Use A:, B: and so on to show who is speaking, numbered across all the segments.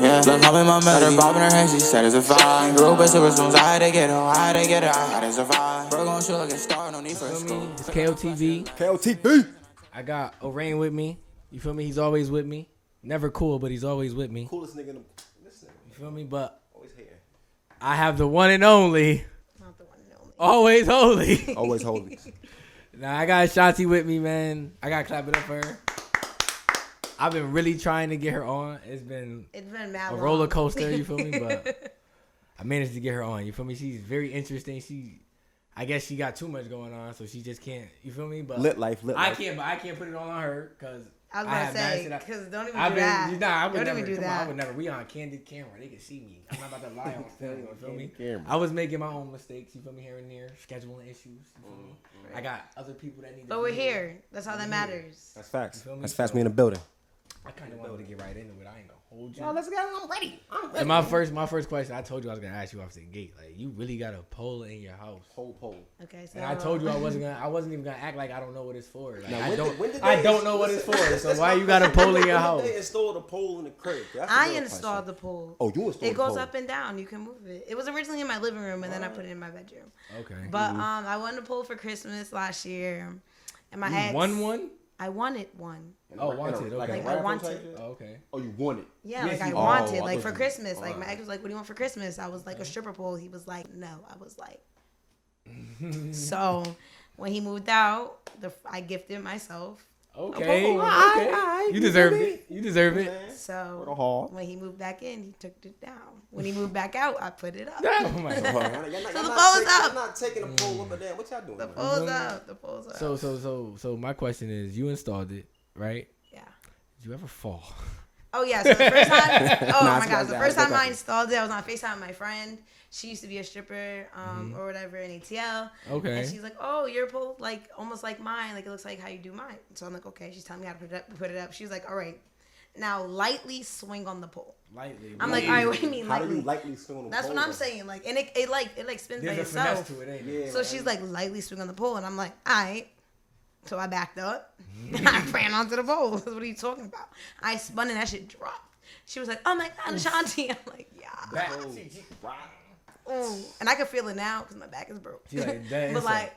A: yeah. Love popping my melody, popping her hand, she said it's a vibe. Grew up in silver spoons, I had to get her, I had to get her, I had to survive. Bro, gon' shoot like a star, no need for a scope.
B: It's KOTV.
C: KLTP.
B: I got Orain with me. You feel me? He's always with me. Never cool, but he's always with me.
C: Coolest nigga in the. Listen,
B: You feel me? But
C: always hating.
B: I have the one and only,
D: Not the one and only.
B: always holy.
C: Always holy.
B: Nah, I got Shanti with me, man. I got to clap it up for her. I've been really trying to get her on. It's been
D: It's been mad.
B: a
D: long.
B: roller coaster, you feel me? But I managed to get her on, you feel me? She's very interesting. She, I guess she got too much going on, so she just can't, you feel me? But
C: lit life, lit
B: I
C: life.
B: can't, but I can't put it all on her because
D: I was gonna say because don't even
B: I've
D: do
B: been,
D: that.
B: nah, I would
D: don't
B: never,
D: even do
B: come on, I
D: that.
B: would never. We on candid camera, they can see me. I'm not about to lie on film. You feel me?
C: Camera.
B: I was making my own mistakes. You feel me? Here and there, scheduling issues. You feel me?
C: Mm-hmm.
B: I got other people that need. to
D: But we're
B: be
D: here. That's all that matters.
C: That's facts.
B: feel me?
C: That's facts. Me in the building.
B: I kind of wanted to get right into it. I ain't gonna hold you. No, let's go. I'm ready. I'm ready. And my first, my first question, I told you I was gonna ask you off the gate. Like, you really got a pole in your house.
C: Whole poll.
D: Okay, so
B: And I told you I wasn't gonna. I wasn't even gonna act like I don't know what it's for. Like, I
C: when
B: don't.
C: did- when did
B: I
C: they-
B: don't know what it's for.
C: listen,
B: So
C: that's
B: why
C: my
B: you got a
C: question.
B: pole in your
C: When
B: house?
C: did They installed a pole in the crib. That's the
D: I
C: real
D: installed
C: question.
D: the pole.
C: Oh, you installed
D: It
C: the
D: goes
C: pole.
D: up and down. You can move it. It was originally in my living room, and then I put it in my bedroom.
B: Okay.
D: But um, I won a pole for Christmas last year, and my
B: You
D: ex
B: won one.
D: I wanted one.
B: Oh, wanted,
C: Like a
B: okay.
D: Like, I
C: raffle
D: want
C: type
D: it.
C: shit?
B: Oh, okay.
C: Oh, you want it.
D: Yeah,
B: Yes,
D: like I
B: you-
C: Oh, I
D: wanted,
C: thought
D: like for
C: you-
D: Christmas. Like my
C: alright.
D: ex was like, "What do you want for Christmas?" I was like, "A stripper pole." He was like, "No." I was like, so when he moved out, the, I gifted myself.
B: Okay.
D: Oh,
B: okay.
C: alright,
B: you
C: you
B: deserved
C: did
B: it. You deserve it.
C: Little
D: So
C: hall.
D: when he moved back in, he took it down. When he moved back out, I put it up.
B: Oh my God.
C: Y'all not- y'all
D: So the
C: not
D: poll's
C: taking-
D: up.
C: y'all not taking the poll up
B: Hmm.
C: and down. What y'all doing?
D: The
C: man?
D: pole's up. The pole's up.
B: So so so so my question is, you installed it, right?
D: yeah.
B: Did you ever fall?
D: Oh yeah, so the first time, oh
C: Nah,
D: my
C: it's
D: gosh,
C: not
D: the
C: that.
D: first
C: It's
D: time
C: not
D: I
C: that.
D: installed it, I was on Facetime with my friend. She used to be a stripper, um,
C: Mm-hmm.
D: or whatever in ATL.
B: Okay.
D: And she's like, "Oh, your pole like almost like mine. Like it looks like how you do mine." So I'm like, "Okay." She's telling me how to put it up. Put it up. She was like, "All right, now lightly swing on the pole."
B: Lightly.
D: I'm like, "All right, what do you mean
C: How do you
D: lightly?"
C: likely swing on the
D: That's
C: pole,
D: what I'm
C: though?
D: saying. Like, and it, it like it like spins
B: There's
D: by
B: a finesse
D: itself.
B: to it, ain't
C: Yeah,
B: there?
D: So
C: like,
D: she's like lightly swing on the pole, and I'm like, all right. So I backed up.
B: Mm-hmm.
D: I ran onto the pole. what are you talking about? I spun and that shit dropped. She was like, oh my God, Ashanti. I'm like, yeah.
B: Back.
D: Ooh. And I can feel it now because my back is broke.
B: She like, "That
D: but
B: is
D: like,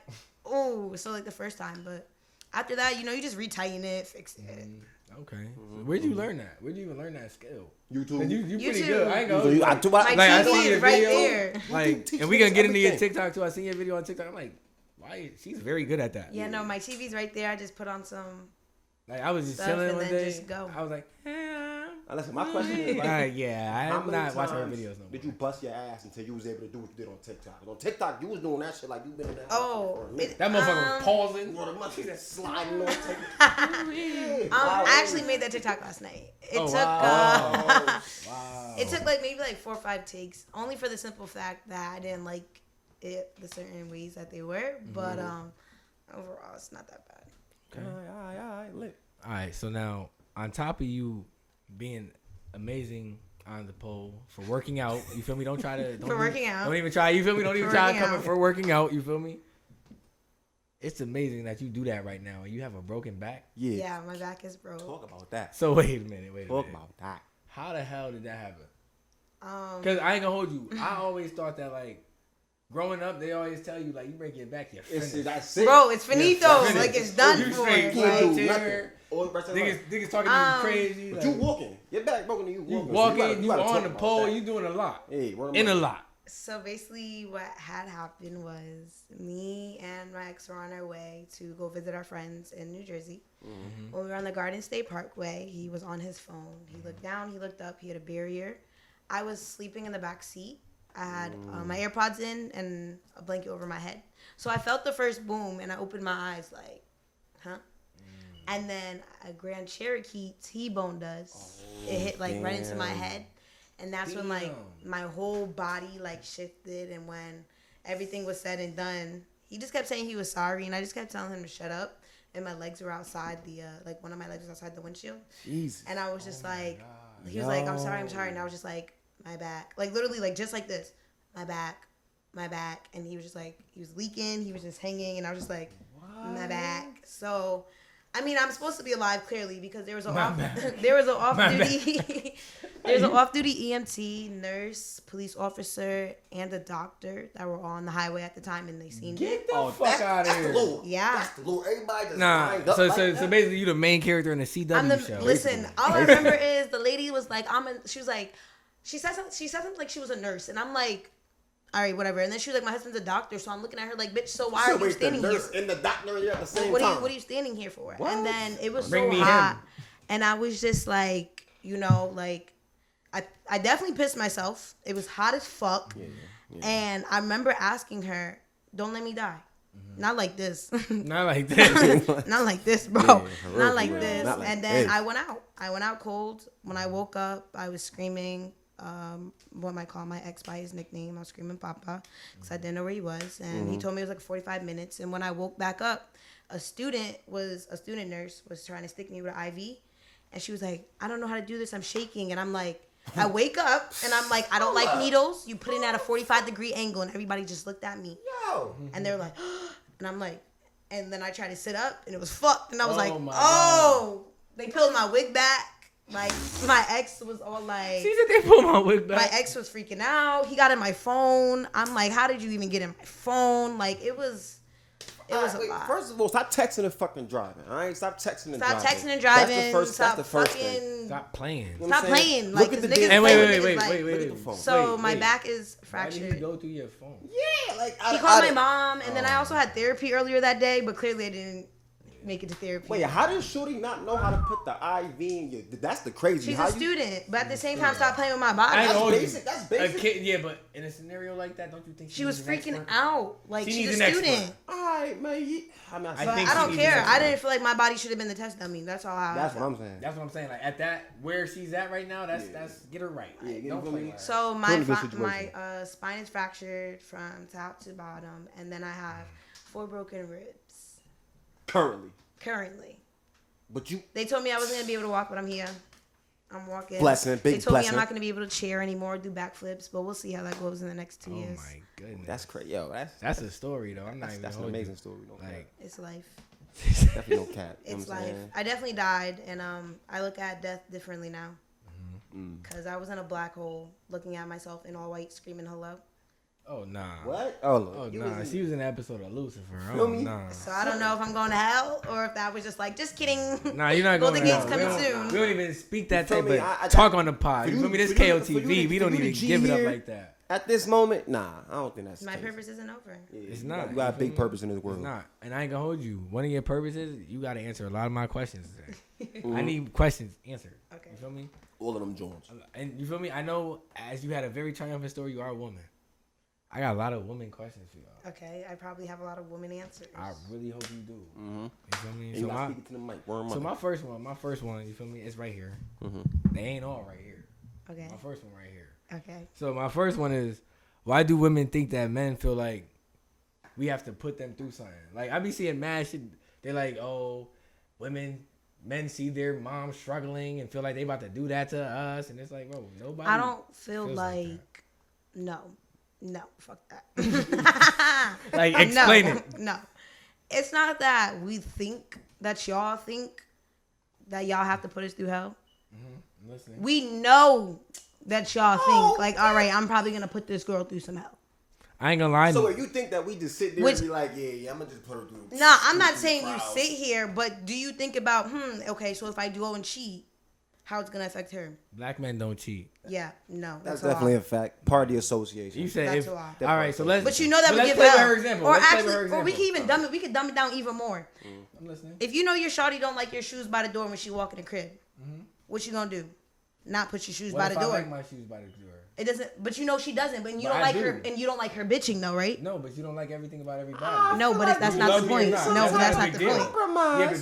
D: ooh. So like the first time, but after that, you know, you just retighten it, fix it.
B: Mm. Okay. So where'd you learn that? Where'd you even learn that skill?
C: YouTube.
B: 'Cause You you pretty
D: YouTube.
B: good. I ain't
C: So
B: gonna.
C: you- I do- I-
D: Like,
B: Like I
D: TV
B: seen your
D: is right
B: video,
D: there.
B: like,
C: teach
B: and we gonna
C: niggas
B: get into your
C: everything.
B: TikTok too. I seen your video on TikTok. I'm like, why? She's very good at that.
D: Yeah, no, my TV's right there. I just put on some.
B: Like I was just
D: Stuff
B: chilling
D: and
B: one
D: then
B: day.
D: just go.
B: I was like, eh.
C: Uh, listen, my question is,
B: All
C: like,
B: right, yeah,
C: how
B: I'm
C: many
B: not watching her
C: times
B: videos no more.
C: Did you bust your ass until you was able to do what you did on TikTok? 'Cause on TikTok, you was doing that shit like you been in that.
D: Oh, it-
B: that motherfucker was pausing.
C: What a motherfucker sliding on TikTok.
D: Um, I actually made that TikTok last night. It
B: Oh,
D: took.
B: wow. Oh,
D: Uh,
B: Wow.
D: It took like maybe like four or five takes, only for the simple fact that I didn't like it the certain ways that they were. But
B: Mm-hmm.
D: um, overall, it's not that bad.
B: All right, so now on top of you being amazing on the pole for working out, you feel me? Don't try to don't
D: For
B: even-
D: working out.
B: Don't even try. You feel me? Don't even
D: For
B: try to
D: working
B: come in
D: out.
B: for working out. You feel me? It's amazing that you do that right now, and you have a broken back.
D: Yeah, my back is broke.
C: Talk about that.
B: So wait a minute, wait a
C: Talk
B: minute.
C: about that.
B: How the hell did that happen?
D: Um,
B: Because I ain't gonna hold you. I always thought that like growing up, they always tell you like you break your back, you're
C: It's,
B: finished.
C: that's it.
D: bro, it's finito.
C: Yeah, finish.
D: like it's done
B: You
D: for.
B: straight,
C: You can't
D: Like,
B: Like,
C: do nothing. All the rest of your
B: Niggas,
C: life.
B: niggas talking
D: Um,
B: to you crazy.
C: But
B: like-
C: you walking. Your back broken and you
B: You
C: walking.
B: walking,
C: so
B: you,
C: gotta- gotta
B: on
C: talk
B: the
C: about
B: pole,
C: that.
B: you doing a lot.
C: Hey, word of
B: In a
C: mouth.
B: lot.
D: so basically, what had happened was me and my ex were on our way to go visit our friends in New Jersey. When we were on the Garden State Parkway, he was on his phone. He looked down, he looked up, he had a barrier. I was sleeping in the back seat. I had uh, my AirPods in and a blanket over my head. So I felt the first boom and I opened my eyes like, huh? And then a Grand Cherokee T boned us. it hit like right into my head. And that's when like
B: Damn.
D: my whole body like shifted. And when everything was said and done, he just kept saying he was sorry. And I just kept telling him to shut up. And my legs were outside the, uh, like one of my legs was outside the windshield.
C: Jesus.
D: And I was just like, he was like, I'm sorry, I'm sorry. And I was just like, my back. Like literally, like just like this, my back, my back.
B: Oh.
D: And he was just like, he was leaking, he was just hanging. And I was just like, my back. So I mean, I'm supposed to be alive clearly because there was an
B: My
D: off,
B: bad.
D: there was an off
B: My
D: duty there's an off duty EMT, nurse, police officer, and a doctor that were all on the highway at the time, and they seen it.
B: Get the
C: Oh,
B: fuck
C: that's,
B: out of
C: that's
B: here.
C: the lure.
D: Yeah.
C: That's the lure. Everybody just
B: Nah,
C: lined up
B: so
C: like
B: so,
C: that.
B: so basically you the main character in the CW
D: I'm the
B: show.
D: listen. All I remember is the lady was like, "I'm." A, she was like, she said something. She said something like she was a nurse, and I'm like, "All right, whatever." And then she was like, "My husband's a doctor," so I'm looking at her like, "Bitch, so why
C: So
D: are you
C: wait, the
D: standing here?"
C: nurse and the doctor here at the same
D: what are
C: time.
D: you what are you standing here for?
C: What?
D: And then it was
B: Bring
D: so
B: me
D: hot,
B: him.
D: and I was just like, you know, like I I definitely pissed myself. It was hot as fuck, and I remember asking her, "Don't let me die."
C: Mm-hmm.
D: Not like this,
B: Not like that.
D: not like this, bro.
C: for real,
D: not like
C: for real.
D: this.
C: Not like
D: and then
C: this.
D: I went out. I went out cold. When I woke up, I was screaming. Um, what I call my ex by his nickname. I was screaming Papa because I didn't know where he was, and
C: Mm-hmm.
D: he told me it was like 45 minutes. And when I woke back up, a student was a student nurse was trying to stick me with an IV, and she was like, "I don't know how to do this. I'm shaking." And I'm like. I wake up and I'm like, I don't like needles. You put in at a 45 degree angle, and everybody just looked at me
C: Yo.
D: and they're like, and I'm like, and then I tried to sit up and it was fucked, and I was
B: Oh
D: like,
B: my
D: oh, they peeled my wig back. Like my ex was all like,
B: she said they pull my wig
D: my
B: back.
D: ex was freaking out. He got in my phone. I'm like, how did you even get in my phone? Like it was, it was a
C: Wait,
D: lot.
C: First of all, stop texting and fucking driving. All right, stop texting and
D: stop
C: driving.
D: texting and driving.
C: That's the first.
D: stop
C: that's the first
D: fucking.
C: thing.
B: Stop playing.
C: You know
D: Stop
C: what I'm saying?
D: playing.
C: Look
D: Like,
C: at the
D: this nigga's
C: damn
B: And wait,
D: play
B: wait,
D: with
B: wait,
D: it,
B: wait,
D: like-
B: wait, wait,
C: Look at the phone.
B: wait.
D: So
B: Wait,
D: my
B: wait.
D: back is
B: Why do you
D: fractured.
B: go through your phone?
C: Yeah, like I,
D: He
C: I,
D: called my mom, and then
C: Oh.
D: I also had therapy earlier that day, but clearly I didn't make it to therapy.
C: Wait, how did Shorty not know how to put the IV in you? That's the crazy.
D: She's
C: how
D: a
C: you,
D: student, but at the same time, stop playing with my body.
B: I ain't
C: That's
B: gonna hold you.
C: basic- that's basic.
B: A kid, yeah, but in a scenario like that, don't you think
D: She was
B: needs an
D: freaking
B: expert?
D: out. Like
B: She
D: she's
B: needs
D: a
B: an expert.
D: student.
C: All right, man. You, I mean, I,
B: But
D: But
B: think
D: I
B: she
D: don't
B: needs an
D: care. I
B: expert.
D: didn't feel like my body should have been the test dummy. That's all I.
C: That's what I'm saying.
B: That's what I'm saying. Like at that where she's at right now, that's that's get her right.
C: Yeah,
B: Like,
C: get
B: don't
C: it
B: play
C: going.
B: with her.
D: So my
C: Totally good
D: fi- my
C: situation.
D: uh, spine is fractured from top to bottom, and then I have four broken ribs
C: currently.
D: currently.
C: But you
D: They told me I wasn't gonna be able to walk, but I'm here. I'm walking.
C: Blessing, big
D: They told
C: blessing.
D: me I'm not gonna be able to chair anymore, do backflips, but we'll see how that goes in the next two
B: oh
D: years.
B: my goodness,
C: That's crazy. Yo, that's
B: that's a story though. I'm not
C: that's,
B: even.
C: that's an
B: holding
C: amazing
B: you.
C: story. No
B: Like
D: It's life.
C: cap. definitely no cap. You know
D: It's
C: what I'm
D: life.
C: saying?
D: I definitely died, and um, I look at death differently now.
C: Mm-hmm.
D: Because I was in a black hole looking at myself in all white, screaming hello.
B: oh nah.
C: What? Oh, look.
B: Oh
C: You
B: nah,
C: was in-
B: she was in an episode of Lucifer.
C: Feel
B: Oh
C: me?
B: nah.
D: So I don't know if I'm going to hell or if that was just like, just kidding.
B: Nah, you're not going.
D: Golden
B: to
D: Gate's
B: hell.
D: coming
B: we
D: soon.
B: Don't, we don't even speak that
C: You feel
B: type
C: me?
B: of
C: I- I-
B: talk on the pod.
C: for
B: You,
C: you-
B: feel me? This
C: for you to- for you
B: KOTV.
C: to-
B: we
C: for
B: don't
C: you to
B: even
C: G
B: give it up
C: here.
B: like that.
C: At this moment, nah, I don't think that's
D: My
C: the case.
D: purpose isn't over.
B: It's
C: You got-
B: not.
C: You got a
B: You
C: big
B: feel me?
C: purpose in this
B: It's
C: world.
B: not. And I ain't gonna hold you. One of your purposes, you gotta answer a lot of my questions today. I need questions answered.
D: Okay.
B: You feel me?
C: All of them Jones.
B: And you feel me? I know as you had a very triumphant story, you are a woman. I got a lot of woman questions for y'all.
D: Okay, I probably have a lot of women answers.
B: I really hope you do.
D: Mm-hmm.
B: You feel me?
C: And
B: So
C: you gotta
B: my,
C: speak it to the mic. Word
B: so
C: mic.
B: my first one, my first one, you feel me? It's right here.
D: Mm-hmm.
B: They ain't all right here.
D: Okay,
B: My first one right here.
D: okay.
B: So my first one is, why do women think that men feel like we have to put them through something? Like I be seeing mad shit. They like, oh, women, men see their mom struggling and feel like they about to do that to us, and it's like, bro, nobody.
D: I don't feel
B: feels
D: like,
B: like
D: no, no, fuck that.
B: like explain
D: no,
B: it.
D: No, it's not that we think that y'all think that y'all have to put us through hell. Mm-hmm.
B: I'm listening.
D: We know that y'all think like, all right, I'm probably gonna put this girl through some hell.
B: I ain't gonna lie.
C: So if you think that we just sit there
D: Which-
C: and be like, yeah, yeah, I'm gonna just put her through.
D: No, I'm not
C: through
D: saying you
C: trials.
D: sit here, but do you think about, hmm, okay, so if I do go and cheat, how it's gonna affect her?
B: black men don't cheat.
D: Yeah, no,
C: That's
D: that's,
C: definitely
D: a
C: a
D: lie.
C: fact. Party association.
B: You said if,
D: That's a
B: all
D: lie.
B: right. So let's.
D: But you know that
B: but
D: we
B: let's
D: give
B: play with
D: hell.
B: her example.
D: or
B: Let's play with
D: actually,
B: her
D: or we can
B: example.
D: even dumb it. We can dumb it down even more.
B: I'm listening.
D: If you know your shawty don't like your shoes by the door when she walk in the crib, what you gonna do? Not put your shoes
B: Mm-hmm. What
D: by
B: if
D: the
B: I
D: door.
B: like my shoes by the door?
D: it doesn't. But you know she doesn't. But you
B: But
D: don't
B: I
D: like
B: do.
D: her, and you don't like her bitching though, right?
B: No, but you don't like everything about everybody.
D: No, but it's, that's
B: You
D: not
B: love
D: the
B: me or
D: point.
B: not,
D: No,
B: that's
D: but
B: not
D: that's
B: a
D: not
B: big
D: the
B: deal.
D: point.
B: Yeah, but
C: Compromise.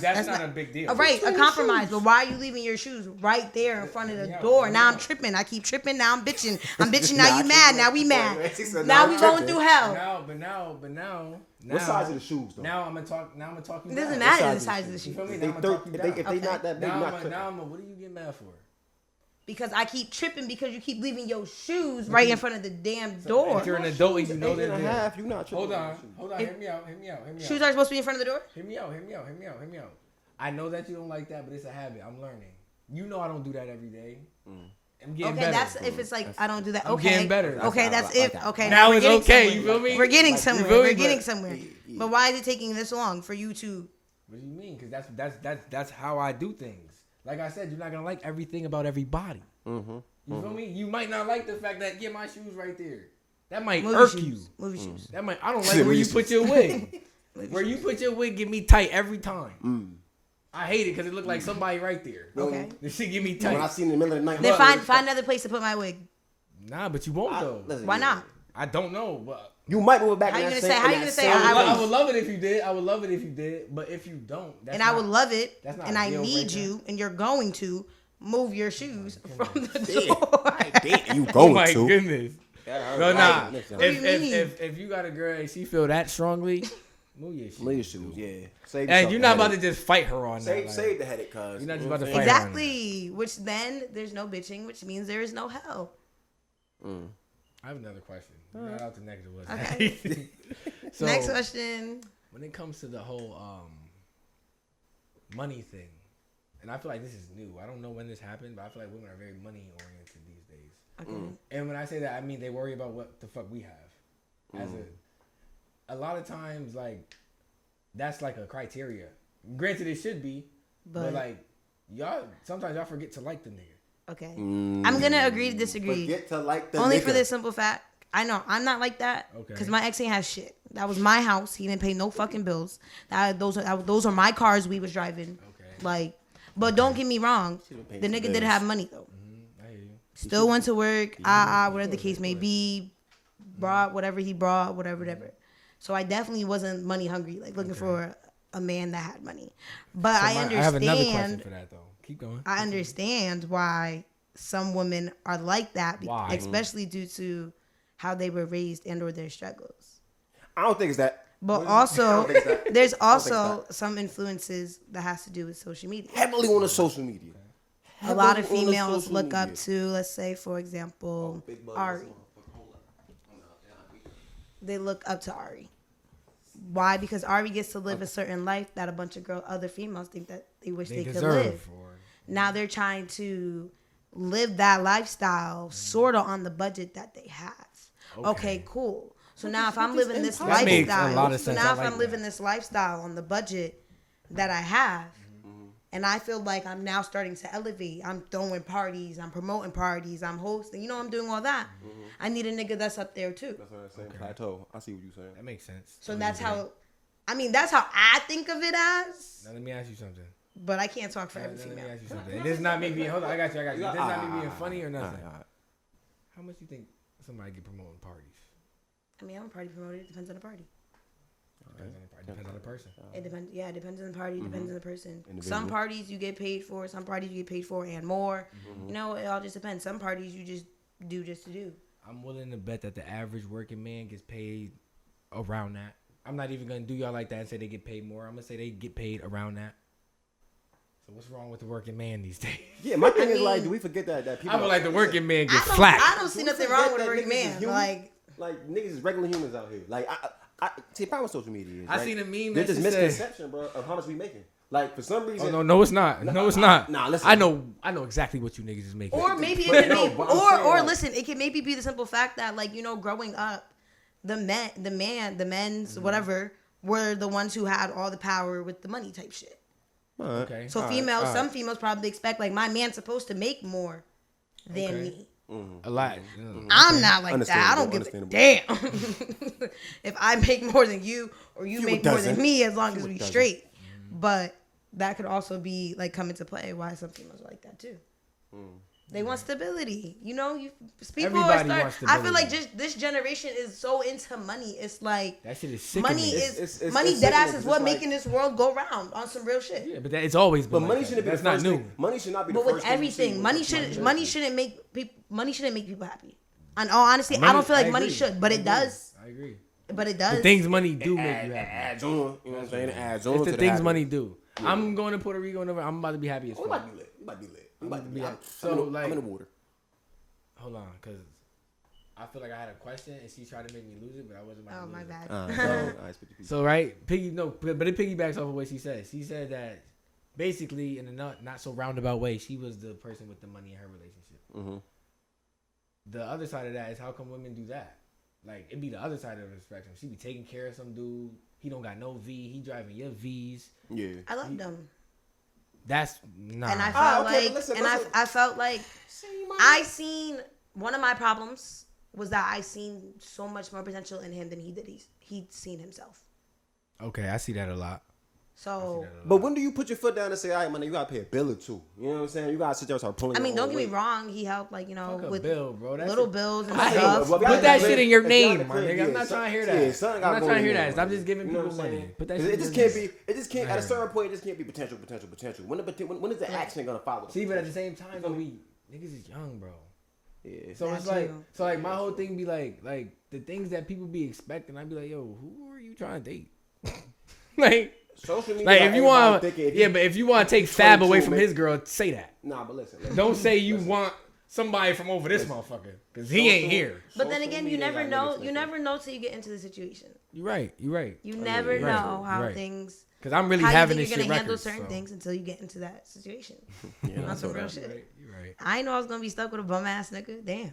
B: that's,
D: That's
B: not,
D: not-
B: a big deal.
D: Uh, Right, a
C: your
D: compromise.
C: shoes.
D: But why are you leaving your shoes right there in front of the
B: Yeah,
D: door?
B: yeah.
D: Now I'm tripping. I keep tripping. Now I'm bitching. I'm bitching. Now
C: Nah, I
D: you
C: keep
D: mad.
C: going.
D: Now we mad.
C: She said,
D: Now
C: nah,
D: we
C: I'm
D: going
C: tripping.
D: through hell.
B: Now, but now, but now, now.
C: What size are the shoes though?
B: Now I'm gonna talk. Now I'm gonna talk you
D: It
B: down.
D: doesn't matter the
C: size
D: size of the
C: is
B: You
D: shoe
B: feel me? Now
C: If they,
B: I'm gonna
C: thir-
B: talk you
C: if they,
B: down.
C: if they
D: Okay.
C: not that big,
B: now,
C: not
B: I'm a,
C: tripping.
B: now I'm a, What are you getting mad for?
D: because I keep tripping because you keep leaving your shoes right in front of the damn door.
B: If you're an adult and you know
C: Eight
B: they're
C: and a
B: there.
C: half, you not tripping.
B: Hold on, hold on. Hear me out. Hear me out. Hear me
D: Shoes
B: out.
D: aren't supposed to be in front of the door.
B: Hear me out. Hear me out. Hear me out. Hear me out. I know that you don't like that, but it's a habit. I'm learning. You know I don't do that every day.
C: Mm.
B: I'm getting
D: Okay,
B: better.
D: that's if it's like I don't do that.
B: I'm
D: okay,
B: getting better.
D: Okay,
C: That's-
D: that's
C: I
D: if
C: like that.
D: okay.
B: now
D: we're
B: it's
D: getting
B: okay.
D: somewhere.
B: You feel me?
D: We're
B: Like,
D: getting
B: you
D: somewhere.
B: feel me?
D: We're getting
B: But-
D: somewhere.
C: yeah.
D: But why is it taking this long for you to?
B: What do you mean? Because that's that's that's that's how I do things. Like I said, you're not gonna like everything about everybody.
C: Mm-hmm.
B: You feel me? You might not like the fact that get my shoes right there. That might
D: Movie
B: irk
D: shoes.
B: you.
D: Movie shoes.
B: That might I don't
C: Yeah,
B: like where
C: movie
B: you
C: shoes.
B: put your wig.
D: Movie
B: where
D: shoes.
B: you put your wig get me tight every time.
C: Mm.
B: I hate it because it looked like somebody right there.
D: Okay.
B: This shit get me tight.
C: When I see in the middle of the night,
D: Then
C: look,
D: find find another place to put my wig.
B: Nah, but you won't
C: I-
B: though.
C: listen,
D: Why
C: yeah.
D: not?
B: I don't know, but
C: You might move back.
D: How
C: in
D: you
C: that
D: gonna
C: same-
D: say- how
C: in
D: you
C: that
D: gonna say
C: same
B: I
D: I
B: would,
D: would-
B: I would love it if you did. I would love it if you did. But if you don't, that's
D: and I
B: not-
D: would love it,
B: that's not
D: and I
B: real
D: need
B: right now.
D: you, and you're going to move your shoes from the door.
C: damn, you
B: Oh
C: going
B: my
C: to?
B: goodness.
C: Yeah,
B: No,
C: right.
B: nah. If,
C: Listen,
D: do you
B: if,
D: mean?
B: if, if you got a girl and she feel that strongly, move your shit.
C: Leave your shoes, yeah. Save
B: Hey,
C: yourself
B: you're
C: the
B: not about to
C: headache.
B: just fight her on
C: save
B: that. like,
C: save the headache,
B: You're
C: cuz
B: not just about to fight her on that.
D: exactly. Which then there's no bitching, which means there is no hell.
B: I have another question. You're Not out the negative was okay. so
D: Next question.
B: when it comes to the whole um money thing, and I feel like this is new. I don't know when this happened, but I feel like women are very money oriented these days.
D: Okay.
B: And when I say that, I mean they worry about what the fuck we have. As a, a lot of times, like that's like a criteria. Granted, it should be, but,
D: But-
B: like y'all sometimes y'all forget to like the nigga.
D: Okay.
B: Mm.
D: I'm gonna agree to disagree.
C: Forget to like the
D: Only
C: nigga.
D: for this simple fact. I know I'm not like that
B: Okay.
D: because my ex ain't have shit. That was my house. He didn't pay no fucking bills. That those are that, those are my cars we was driving.
B: Okay.
D: Like, but don't get me wrong.
C: done paid
D: The
C: some
D: nigga did
C: bills.
D: have money though.
B: I hear you.
D: Still went to work. Ah, ah, whatever the case may be. Brought
B: Mm-hmm.
D: whatever he brought, whatever, whatever. So I definitely wasn't money hungry, like looking for a man that had money. But I
B: My-
D: understand.
B: I have another question for that though. Keep going.
C: Mm-hmm.
D: I understand why some women are like that, be-
C: Mm-hmm.
B: Why?
D: especially due to how they were raised and or their struggles.
C: I don't think it's that.
D: But
C: I
D: also,
C: don't think it's that.
D: there's
C: think
D: also some influences that has to do with social media.
C: Heavily on the social media.
D: A lot of
C: Heavily on the
D: females
C: social
D: look up
C: media. Oh,
D: to, let's say, for example, Ari. They look up to Ari. Why? Because Ari gets to live a certain life that a bunch of girl, other females think that they wish they,
B: They
D: could
B: deserve.
D: live.
B: For,
D: Now they're trying to live that lifestyle sort of on the budget that they have. Okay,
B: Okay.
D: cool. So now if I'm living this
B: That makes a
D: lifestyle,
B: lot of
D: so
B: sense. I
D: now if
B: like
D: I'm living
B: that.
D: this lifestyle on the budget that I have, and I feel like I'm now starting to elevate. I'm throwing parties, I'm promoting parties, I'm hosting, you know, I'm doing all that. I need a nigga that's up there too.
C: That's what I'm saying. Plateau. I see what you're saying.
B: that makes sense.
D: So that's how I mean, that's how I think of it as,
B: Now let me ask you something.
D: but I can't talk for
B: Now,
D: every
B: let me
D: female.
B: ask you something. And this is not me being. Hold on, I got you. I got you. This is not me being
C: Ah.
B: funny or nothing. How much you think somebody get promoting parties?
D: I mean, I'm a party promoter, it depends on the party.
B: Depends on the party. Depends on the person.
C: Ah.
D: It depends. Yeah, it depends on the party. Depends on the person. Some
C: Mm-hmm. Individual.
D: parties you get paid for. Some parties you get paid for and more.
C: Mm-hmm.
D: You know, it all just depends. Some parties you just do just to do.
B: I'm willing to bet that the average working man gets paid around that. I'm not even gonna do y'all like that and say they get paid more. I'm gonna say they get paid around that. So what's wrong with the working man these days?
C: Yeah, my thing
D: I
C: is like,
D: mean-
C: do we forget that that people?
B: I would like the working man
D: I
B: get
D: don't.
B: flat.
D: I don't see
C: Do we
D: nothing
C: forget
D: wrong with a
C: that
D: working
C: niggas is
D: man.
C: human?
D: Like
C: like niggas is regular humans out here. Like I, I, I see the problem with social media. Is,
B: I
C: right?
B: seen a meme that
C: There's this
B: just said-
C: misconception, bro, of how much we making. Like for some reason,
B: Oh, no, no, it's not. No, it's not.
C: Nah, listen.
B: I know. I know exactly what you niggas is making.
D: or maybe
C: But
D: it could
C: no,
D: be,
C: but I'm
D: or
C: saying,
D: or
C: like-
D: listen, it could maybe be the simple fact that like you know, growing up, the men, the man, the men's
C: Mm-hmm.
D: whatever were the ones who had all the power with the money type shit.
B: okay.
D: So females, some females probably expect like my man's supposed to make more than
B: Okay.
D: me.
B: a lot.
C: Mm.
D: I'm not like that. I don't give a
C: Understandable,
D: damn if I make more than you or you,
C: You a
D: make more than
C: dozen.
D: me as long as we
C: dozen.
D: straight. But that could also be like come into play why some females are like that too. They want stability, you know. You people are
B: Everybody
D: start.
B: wants
D: I feel like
B: stability.
D: just this generation is so into money. It's like
B: That shit is sickening.
D: money
B: It's-
D: is
C: it's- it's-
D: money.
C: it's
D: dead ass
C: sickening
D: is
C: 'cause
D: what
C: it's like-
D: making this world go round on some real shit.
B: Yeah, but that, it's always been.
C: but
B: like
C: money
B: that.
C: shouldn't be
B: That's
C: the
B: not
C: first
B: new.
C: Thing. Money should not be.
D: But
C: the
D: with
C: first thing you see
D: everything,
C: when
D: money
C: it comes to
D: should money shouldn't make people money shouldn't make people happy. And all honestly, I don't feel like money
B: agree.
D: should, but
B: I
D: it
B: agree.
D: does.
B: I agree.
D: But it does.
B: The things money do make
C: Add-
B: you happy.
C: Adds on, you know what I'm saying? It Adds on
B: It's
C: to
B: the
C: the
B: things
C: happiness.
B: money do. I'm going to Puerto Rico. in November. I'm about to be happy as
C: We about
B: fuck.
C: to be lit. We about to be lit. We about to be.
B: Yeah.
C: I'm,
B: So,
C: so I'm, in,
B: like-
C: I'm in the water.
B: Hold on, cause I feel like I had a question and she tried to make me lose it, but I wasn't. About
D: Oh
B: to
D: my
B: lose it.
D: bad.
C: Uh, so, I speak to people.
B: So right, piggy no, but but it piggybacks off of what she said. She said that basically in a not, not so roundabout way, she was the person with the money in her relationship. The other side of that is how come women do that? Like it'd be the other side of the spectrum. She be taking care of some dude. He don't got no V. He driving your V's.
C: Yeah.
D: I loved him,
B: That's nah.
D: and I
C: Ah,
D: felt
C: okay,
D: like,
C: listen,
D: and
C: listen.
D: I, I felt like
C: See, my-
D: I seen one of my problems was that I seen so much more potential in him than he did. He he'd seen himself.
B: okay, I see that a lot.
D: So
C: But when do you put your foot down and say, all right, man, you gotta pay a bill or two? You know what I'm saying? You gotta sit there and start pulling.
D: I mean,
C: your own
D: don't get me
C: weight.
D: wrong. He helped like you know
B: Fuck a
D: with
B: bill, bro. That's
D: little
B: a-
D: bills and
C: I hate-
D: stuff.
C: well,
B: Put that
C: Yeah,
B: shit in your
C: yeah,
B: name, my
C: yeah,
B: nigga. I'm not
C: son-
B: trying to hear
C: yeah,
B: that.
C: son,
B: I'm
C: gotta
B: not
C: go
B: trying to
C: in
B: hear
C: there,
B: that.
C: man.
B: I'm just giving
C: You know
B: people
C: what I'm
B: money.
C: saying?
B: Put that
C: It-
B: shit
C: It
B: in
C: just
B: your
C: can't
B: name.
C: be. It just can't. At a
B: Right.
C: certain point, it just can't be potential, potential, potential. When the poten- when, when is the action gonna follow? the
B: See, but at the
C: potential?
B: same time, though, we niggas is young, bro.
C: Yeah.
B: So
D: That
B: it's like,
D: too.
B: so like my whole thing be like, like the things that people be expecting. I'd be like, yo, who are you trying to date? like,
C: Social media.
B: like if you
C: everybody
B: want,
C: thinking if
B: yeah,
C: he-
B: but if you want to take Fab
C: 22,
B: away from
C: man.
B: his girl, say that.
C: nah, but listen. listen.
B: Don't say you want somebody from over this motherfucker because he ain't
C: Social-
B: here.
D: But then
C: social
D: again,
C: media
D: you never
C: got
D: know.
C: niggas
D: You
C: thinking.
D: never know till you get into the situation.
B: You right. You right.
D: You never
B: right,
D: know how
B: right.
D: things.
B: Because I'm really
D: how you
B: having
D: think
B: this
D: you're gonna
B: shit
D: handle
B: record.
D: certain
B: so.
D: things until you get into that situation.
C: Yeah,
D: On
C: that's
D: some
C: what
D: real
C: I-
B: You
D: shit.
B: right. You right.
D: I ain't know I was gonna be stuck with a bum ass nigga. Damn.